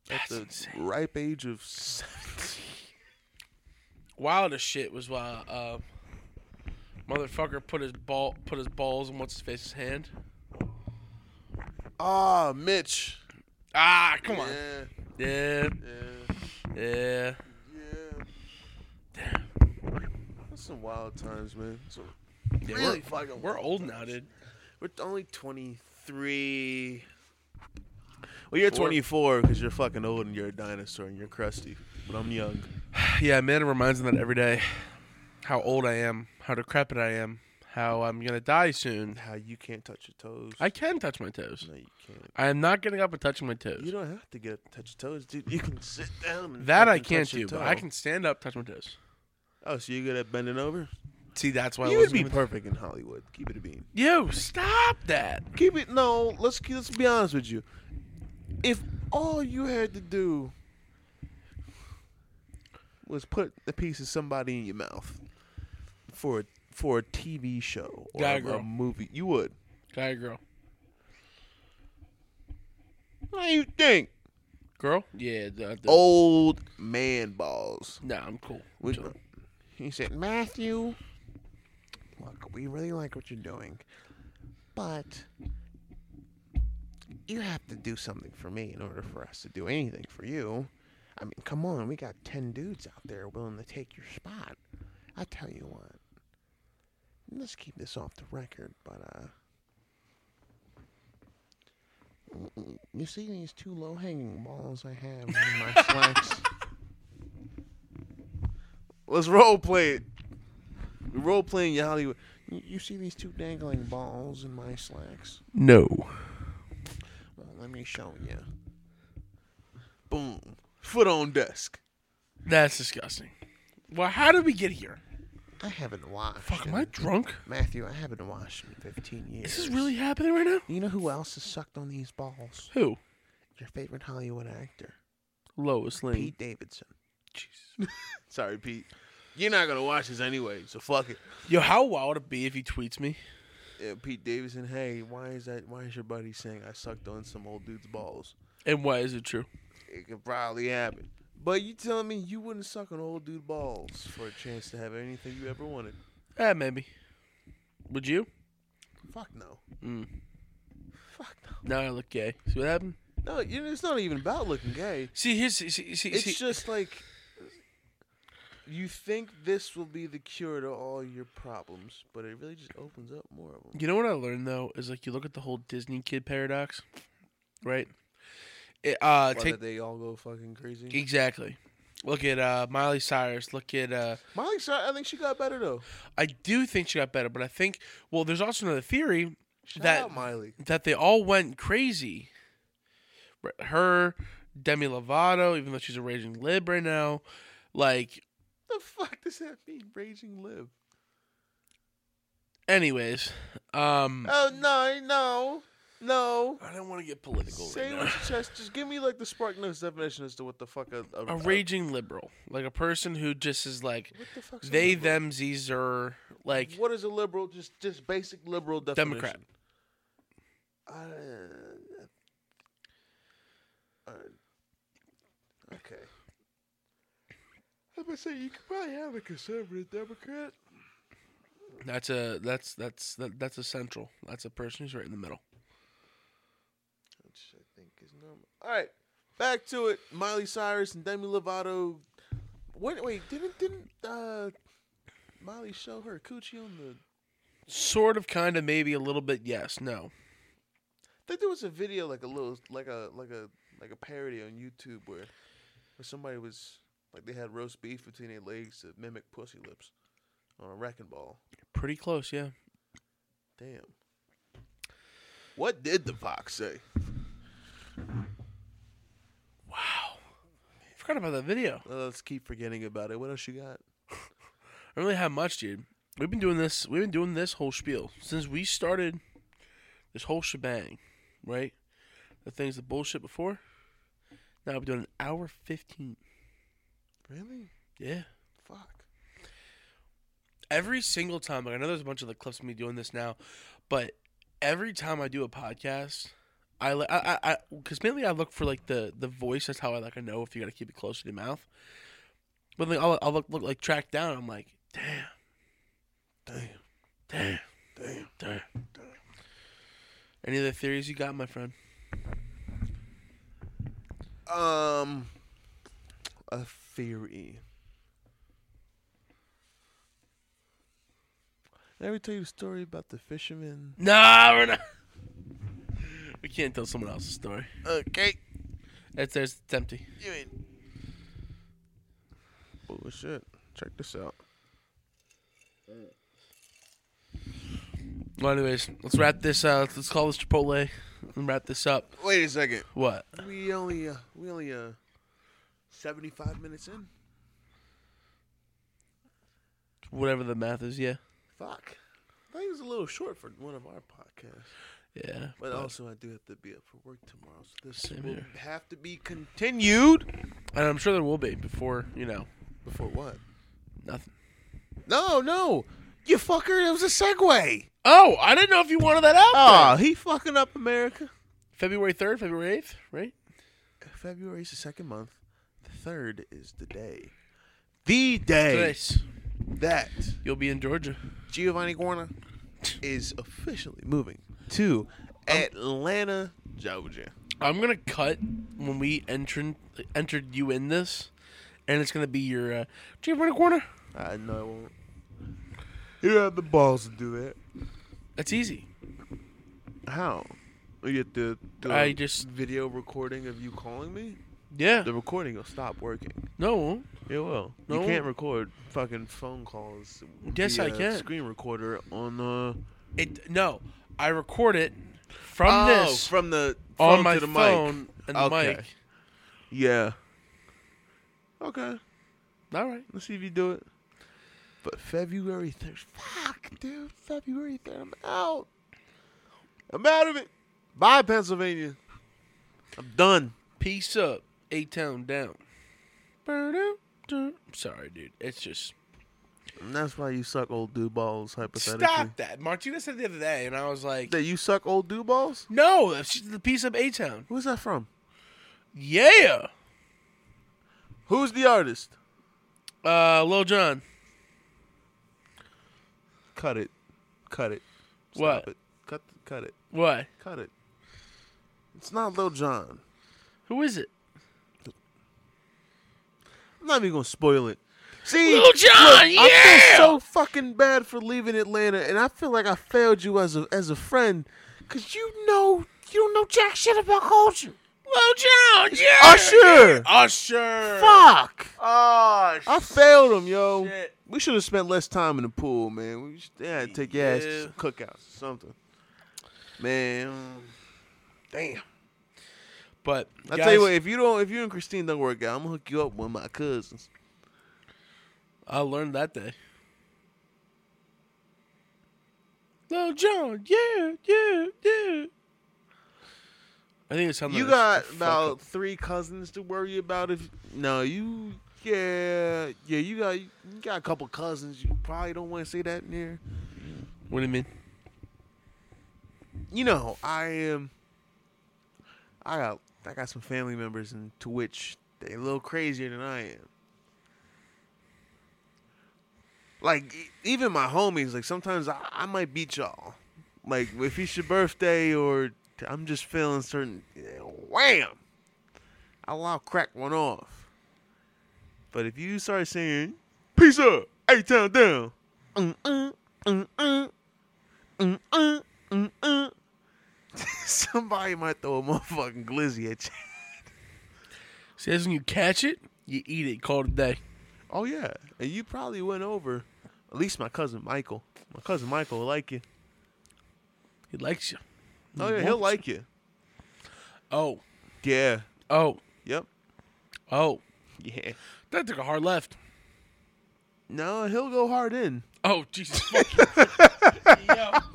Speaker 2: That's
Speaker 1: At the
Speaker 2: insane.
Speaker 1: ripe age of 17.
Speaker 2: Wild as shit was uh, uh, motherfucker put his ball put his balls in what's his face's hand.
Speaker 1: Ah, Mitch.
Speaker 2: Ah, come on.
Speaker 1: Yeah,
Speaker 2: Yeah.
Speaker 1: yeah,
Speaker 2: Yeah.
Speaker 1: yeah. That's some wild times, man. So
Speaker 2: Yeah,
Speaker 1: really
Speaker 2: we're-
Speaker 1: fucking
Speaker 2: We're old now, dude.
Speaker 1: We're only 23. Well, you're
Speaker 2: Four.
Speaker 1: 24 because you're fucking old and you're a dinosaur and you're crusty. But I'm young.
Speaker 2: Yeah, Amanda reminds me that every day. How old I am, how decrepit I am, how I'm gonna die soon.
Speaker 1: How you can't touch your toes?
Speaker 2: I can touch my toes.
Speaker 1: no, you can't.
Speaker 2: I am not getting up and touching my toes.
Speaker 1: You don't have to get touch your toes, dude. You can sit down. And
Speaker 2: that I
Speaker 1: fucking
Speaker 2: can't
Speaker 1: touch your
Speaker 2: do, but
Speaker 1: toe.
Speaker 2: I can stand up, touch my toes.
Speaker 1: Oh, so you're good at bending over?
Speaker 2: See, that's why I
Speaker 1: you would
Speaker 2: wasn't
Speaker 1: be
Speaker 2: even-
Speaker 1: perfect in Hollywood. Keep it a bean.
Speaker 2: Yo, stop that.
Speaker 1: Keep it. No, let's let's be honest with you. If all you had to do was put a piece of somebody in your mouth for a, for a TV show or
Speaker 2: Guy
Speaker 1: a,
Speaker 2: girl.
Speaker 1: a movie, you would.
Speaker 2: Guy, or girl,
Speaker 1: What do you think?
Speaker 2: girl. Yeah. The, the-
Speaker 1: Old man balls.
Speaker 2: No, I'm cool.
Speaker 1: Oh. We-
Speaker 2: Chill.
Speaker 1: He said, Matthew, look, we really like what you're doing, but you have to do something for me in order for us to do anything for you. I mean, come on, we got 10 dudes out there willing to take your spot. I tell you what, let's keep this off the record, but, uh, you see these two low hanging balls I have in my slacks? Let's role play it. We're role playing your Hollywood. You you see these two dangling balls in my slacks?
Speaker 2: No.
Speaker 1: Well, let me show you. Boom. Foot on desk.
Speaker 2: That's disgusting. Well, how did we get here?
Speaker 1: I haven't washed.
Speaker 2: Fuck, am
Speaker 1: in-
Speaker 2: I drunk?
Speaker 1: Matthew, I haven't washed in 15 years.
Speaker 2: Is this really happening right now?
Speaker 1: You know who else has sucked on these balls?
Speaker 2: Who?
Speaker 1: Your favorite Hollywood actor,
Speaker 2: Lois Lane.
Speaker 1: Pete Davidson.
Speaker 2: Jesus.
Speaker 1: Sorry, Pete. You're not gonna watch this anyway, so fuck it.
Speaker 2: Yo, how wild would it be if he tweets me?
Speaker 1: Yeah, Pete Davidson. Hey, why is that? Why is your buddy saying I sucked on some old dude's balls?
Speaker 2: And why is it true?
Speaker 1: It could probably happen. But you telling me you wouldn't suck on old dude balls for a chance to have anything you ever wanted?
Speaker 2: Eh, maybe. Would you?
Speaker 1: Fuck no.
Speaker 2: Mm.
Speaker 1: Fuck no.
Speaker 2: Now I look gay. See what happened?
Speaker 1: No, you know, it's not even about looking gay.
Speaker 2: See, here's see see see.
Speaker 1: It's
Speaker 2: see-
Speaker 1: just like you think this will be the cure to all your problems, but it really just opens up more of them.
Speaker 2: You know what I learned though is like you look at the whole Disney kid paradox, right? It, uh,
Speaker 1: Why
Speaker 2: take
Speaker 1: did they all go fucking crazy?
Speaker 2: exactly. Look at uh, Miley Cyrus. Look at uh,
Speaker 1: Miley Cyrus, I think she got better though.
Speaker 2: I do think she got better, but I think well, there's also another theory
Speaker 1: Shout
Speaker 2: That-
Speaker 1: out Miley.
Speaker 2: that they all went crazy. Right, Her, Demi Lovato, even though she's a raging lib right now, like
Speaker 1: The fuck does that mean? Raging live.
Speaker 2: Anyways, um,
Speaker 1: Oh no, no, no.
Speaker 2: I don't want to get political.
Speaker 1: Say
Speaker 2: right
Speaker 1: what
Speaker 2: now.
Speaker 1: you just just give me like the spark notes definition as to what the fuck a, a,
Speaker 2: A raging liberal, like a person who just is like
Speaker 1: what the fuck's a
Speaker 2: they
Speaker 1: liberal?
Speaker 2: them these are like
Speaker 1: what is a liberal? Just just basic liberal definition.
Speaker 2: Democrat.
Speaker 1: Uh, uh, okay. I'm gonna say you could probably have a conservative Democrat.
Speaker 2: that's a that's that's that, that's a central. That's a person who's right in the middle.
Speaker 1: which I think is normal. All right, back to it. Miley Cyrus and Demi Lovato. Wait, wait, didn't didn't uh, Miley show her coochie on the?
Speaker 2: Sort of, kind of, maybe a little bit. Yes, no.
Speaker 1: I think there was a video like a little like a like a like a parody on YouTube where, where somebody was like they had roast beef between their legs to mimic pussy lips on a wrecking ball.
Speaker 2: Pretty close, yeah.
Speaker 1: Damn. What did the fox say?
Speaker 2: Wow, forgot about that video.
Speaker 1: Well, let's keep forgetting about it. What else you got?
Speaker 2: I really have much, dude. We've been doing this. We've been doing this whole spiel since we started this whole shebang, right? The things the bullshit before. Now we're doing an hour fifteen.
Speaker 1: Really?
Speaker 2: Yeah.
Speaker 1: Fuck.
Speaker 2: Every single time, like I know there's a bunch of the clips of me doing this now, but every time I do a podcast, I li- I I because mainly I look for like the the voice. That's how I like I know if you got to keep it close to your mouth. But like I'll, I'll look, look like track down. I'm like, damn,
Speaker 1: Damn.
Speaker 2: damn.
Speaker 1: Damn.
Speaker 2: Damn. Any other theories you got, my friend?
Speaker 1: Um, a theory. Did I ever tell you the story about the fisherman?
Speaker 2: Nah, we're not. We can't tell someone else's story.
Speaker 1: Okay,
Speaker 2: That's there's it's empty.
Speaker 1: you in? Oh shit! Check this out.
Speaker 2: Well, anyways, let's wrap this. Uh, let's, let's call this Chipotle and wrap this up.
Speaker 1: Wait a second.
Speaker 2: What?
Speaker 1: We only uh, we only uh seventy five minutes in.
Speaker 2: Whatever the math is, yeah,
Speaker 1: Fuck. I think it was a little short for one of our podcasts.
Speaker 2: yeah.
Speaker 1: But also, I do have to be up for work tomorrow, so this
Speaker 2: Same
Speaker 1: will
Speaker 2: here.
Speaker 1: have to be continued.
Speaker 2: and I'm sure there will be before you know
Speaker 1: Before what?
Speaker 2: nothing.
Speaker 1: No, no. You fucker, it was a segue.
Speaker 2: Oh, I didn't know if you wanted that out.
Speaker 1: Oh,
Speaker 2: there.
Speaker 1: he fucking up America.
Speaker 2: February third, February eighth, right?
Speaker 1: February is the second month. The third is the day. The day
Speaker 2: Nice.
Speaker 1: that
Speaker 2: You'll be in Georgia.
Speaker 1: Giovanni Guarna is officially moving to Atlanta, Georgia.
Speaker 2: I'm gonna cut when we entered entered you in this, and it's gonna be your uh, do you have a corner?
Speaker 1: I know I won't. You have the balls to do that.
Speaker 2: That's easy.
Speaker 1: How? You get the, the
Speaker 2: I just-
Speaker 1: video recording of you calling me?
Speaker 2: Yeah.
Speaker 1: The recording will stop working.
Speaker 2: No.
Speaker 1: It will.
Speaker 2: No.
Speaker 1: You can't record fucking phone calls.
Speaker 2: Yes, I
Speaker 1: via
Speaker 2: can.
Speaker 1: Screen recorder on the
Speaker 2: It no. I record it from
Speaker 1: oh,
Speaker 2: this
Speaker 1: from the phone
Speaker 2: on my
Speaker 1: to the
Speaker 2: phone
Speaker 1: mic.
Speaker 2: and the
Speaker 1: Okay.
Speaker 2: mic.
Speaker 1: Yeah. Okay,
Speaker 2: All right.
Speaker 1: let's see if you do it. But February third, fuck, dude. February third, I'm out. I'm out of it. Bye, Pennsylvania. I'm done.
Speaker 2: Peace up. A town down. Ba-dum-dum. Sorry, dude. It's just
Speaker 1: And that's why you suck old dude balls. Hypothetically,
Speaker 2: stop that. Martina said the other day, and I was like,
Speaker 1: that you suck old dude balls.
Speaker 2: "No, that's just the piece of A town."
Speaker 1: Who's that from?
Speaker 2: Yeah.
Speaker 1: Who's the artist?
Speaker 2: Uh, Lil John.
Speaker 1: Cut it. Cut it.
Speaker 2: What?
Speaker 1: Stop it. Cut cut it.
Speaker 2: What?
Speaker 1: Cut it. It's not Lil Jon.
Speaker 2: Who is it?
Speaker 1: I'm not even gonna spoil it. See,
Speaker 2: Lil Jon,
Speaker 1: I
Speaker 2: yeah!
Speaker 1: feel so fucking bad for leaving Atlanta, and I feel like I failed you as a as a friend, cause you know you don't know jack shit about culture.
Speaker 2: Lil John. Yeah.
Speaker 1: Usher,
Speaker 2: Usher.
Speaker 1: fuck,
Speaker 2: Oh,
Speaker 1: I failed him, yo.
Speaker 2: Shit.
Speaker 1: We should have spent less time in the pool, man. We should, they had to take your ass
Speaker 2: Yeah.
Speaker 1: to some cookouts or something, man. um, Damn.
Speaker 2: But
Speaker 1: I
Speaker 2: guys,
Speaker 1: tell you what, if you don't, if you and Christine don't work out, I'm gonna hook you up with my cousins.
Speaker 2: I learned that day. Little John, yeah, yeah, yeah. I think it's something.
Speaker 1: you
Speaker 2: that's-
Speaker 1: got
Speaker 2: fuck
Speaker 1: about
Speaker 2: up.
Speaker 1: three cousins to worry about. If no, you yeah yeah you got you got a couple cousins. You probably don't want to say that near.
Speaker 2: What do you mean?
Speaker 1: You know I am. I got I got some family members and to which they a little crazier than I am. Like e- even my homies, like sometimes I, I might beat y'all. Like if it's your birthday or I'm just feeling certain, wham! I'll, I'll crack one off. But if you start saying, peace up, eight town down, mm, mm, mm, mm, mm, mm, mm, mm, somebody might throw a motherfucking glizzy at you.
Speaker 2: See, that's when you catch it, you eat it. Call it a day.
Speaker 1: Oh, yeah. And you probably went over, at least my cousin Michael. My cousin Michael will like you.
Speaker 2: He likes you.
Speaker 1: Oh, yeah, he'll like you.
Speaker 2: Oh,
Speaker 1: Yeah.
Speaker 2: oh,
Speaker 1: Yep.
Speaker 2: oh.
Speaker 1: Yeah.
Speaker 2: That took a hard left.
Speaker 1: No, he'll go hard in.
Speaker 2: Oh Jesus! fucking- Yo. All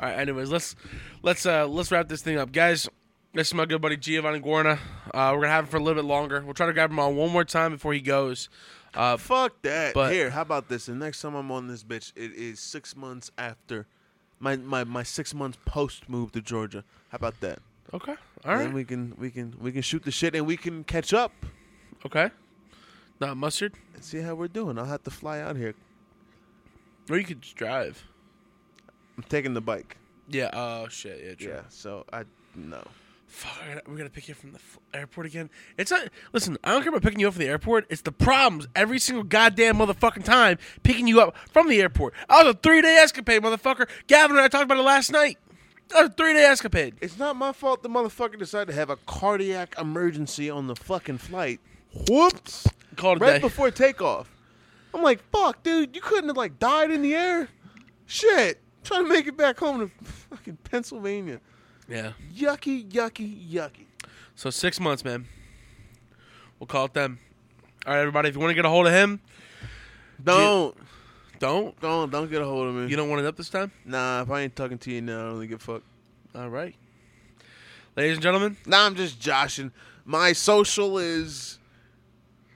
Speaker 2: right. Anyways, let's let's uh let's wrap this thing up, guys. This is my good buddy Giovanni Guarna. Uh, we're gonna have him for a little bit longer. We'll try to grab him on one more time before he goes. Uh,
Speaker 1: Fuck that.
Speaker 2: But-
Speaker 1: Here, how about this? The next time I'm on this bitch, it is six months after my my, my six months post move to Georgia. How about that?
Speaker 2: okay. All
Speaker 1: And then
Speaker 2: right.
Speaker 1: we can we can we can shoot the shit and we can catch up
Speaker 2: Okay. Not mustard.
Speaker 1: and see how we're doing. I'll have to fly out here.
Speaker 2: Or you could just drive.
Speaker 1: I'm taking the bike.
Speaker 2: Yeah. Oh shit. Yeah. True.
Speaker 1: Yeah. So I no.
Speaker 2: Fuck. I gotta- We gotta pick you up from the f- airport again. It's not. Listen. I don't care about picking you up from the airport. It's the problems every single goddamn motherfucking time picking you up from the airport. I was a three day escapade, motherfucker. Gavin and I talked about it last night. That was a three day escapade.
Speaker 1: It's not my fault the motherfucker decided to have a cardiac emergency on the fucking flight. Whoops.
Speaker 2: Called it a
Speaker 1: Right
Speaker 2: day.
Speaker 1: before takeoff. I'm like, fuck, dude, you couldn't have like died in the air? Shit. Trying to make it back home to fucking Pennsylvania.
Speaker 2: yeah.
Speaker 1: Yucky, yucky, yucky.
Speaker 2: So six months, man. We'll call it them. All right, everybody. If you want to get a hold of him,
Speaker 1: Don't,
Speaker 2: don't.
Speaker 1: don't, don't get a hold of me.
Speaker 2: You don't want it up this time.
Speaker 1: nah, if I ain't talking to you now, I don't really give a fuck.
Speaker 2: All right, ladies and gentlemen.
Speaker 1: Nah, I'm just joshing. My social is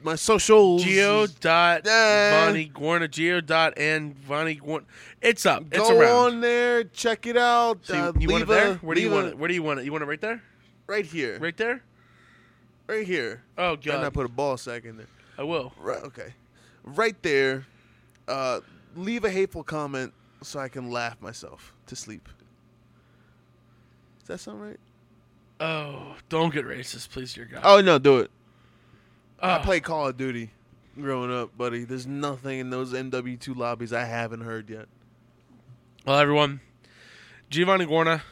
Speaker 1: my social.
Speaker 2: Geo dot
Speaker 1: Yeah.
Speaker 2: Vonnie Guarna. Geo dot and Vonnie Guarna. It's up. It's
Speaker 1: Go
Speaker 2: around.
Speaker 1: on there, check it out.
Speaker 2: So you,
Speaker 1: uh,
Speaker 2: you want it
Speaker 1: leave a-
Speaker 2: there? Where do you
Speaker 1: leave
Speaker 2: want
Speaker 1: a-
Speaker 2: it? Where do you want it? You want it right there?
Speaker 1: Right here.
Speaker 2: Right there?
Speaker 1: right here.
Speaker 2: Oh
Speaker 1: And I
Speaker 2: god,
Speaker 1: put a ball sack in there.
Speaker 2: I will.
Speaker 1: Right, okay. Right there. Uh, leave a hateful comment so I can laugh myself to sleep. Does that sound right?
Speaker 2: Oh, don't get racist, please, dear God.
Speaker 1: Oh no, do it. I
Speaker 2: Oh,
Speaker 1: played Call of Duty growing up, buddy. There's nothing in those MW2 lobbies I haven't heard yet.
Speaker 2: Well, everyone, Giovanni Guarna.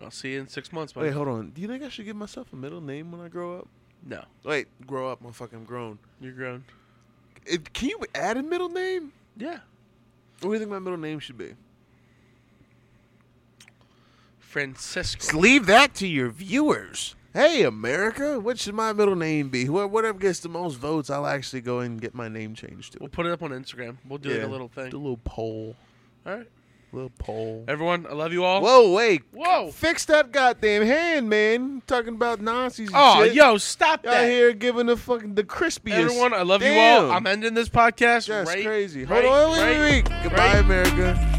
Speaker 2: I'll see you in six months, buddy.
Speaker 1: Wait, hold on. Do you think I should give myself a middle name when I grow up?
Speaker 2: no,
Speaker 1: Wait, grow up, motherfucker. I'm grown.
Speaker 2: you're grown.
Speaker 1: It, can you add a middle name?
Speaker 2: Yeah,
Speaker 1: What do you think my middle name should be?
Speaker 2: Francisco.
Speaker 1: leave that to your viewers. Hey, America, what should my middle name be? Wh- Whatever gets the most votes, I'll actually go and get my name changed to.
Speaker 2: We'll
Speaker 1: it.
Speaker 2: put it up on Instagram. We'll do like
Speaker 1: Yeah.
Speaker 2: a little thing.
Speaker 1: Do a little poll.
Speaker 2: All right,
Speaker 1: Little poll.
Speaker 2: everyone. I love you all.
Speaker 1: Whoa, wait.
Speaker 2: Whoa.
Speaker 1: Fix that goddamn hand, man. Talking about Nazis and
Speaker 2: Oh,
Speaker 1: shit.
Speaker 2: yo, stop
Speaker 1: Y'all
Speaker 2: that.
Speaker 1: here giving the fucking the crispiest.
Speaker 2: Everyone, I love you
Speaker 1: Damn.
Speaker 2: all. I'm ending this podcast
Speaker 1: That's
Speaker 2: right.
Speaker 1: crazy.
Speaker 2: right-
Speaker 1: Hold on, wait, wait,
Speaker 2: right-
Speaker 1: wait. Goodbye,
Speaker 2: right-
Speaker 1: America.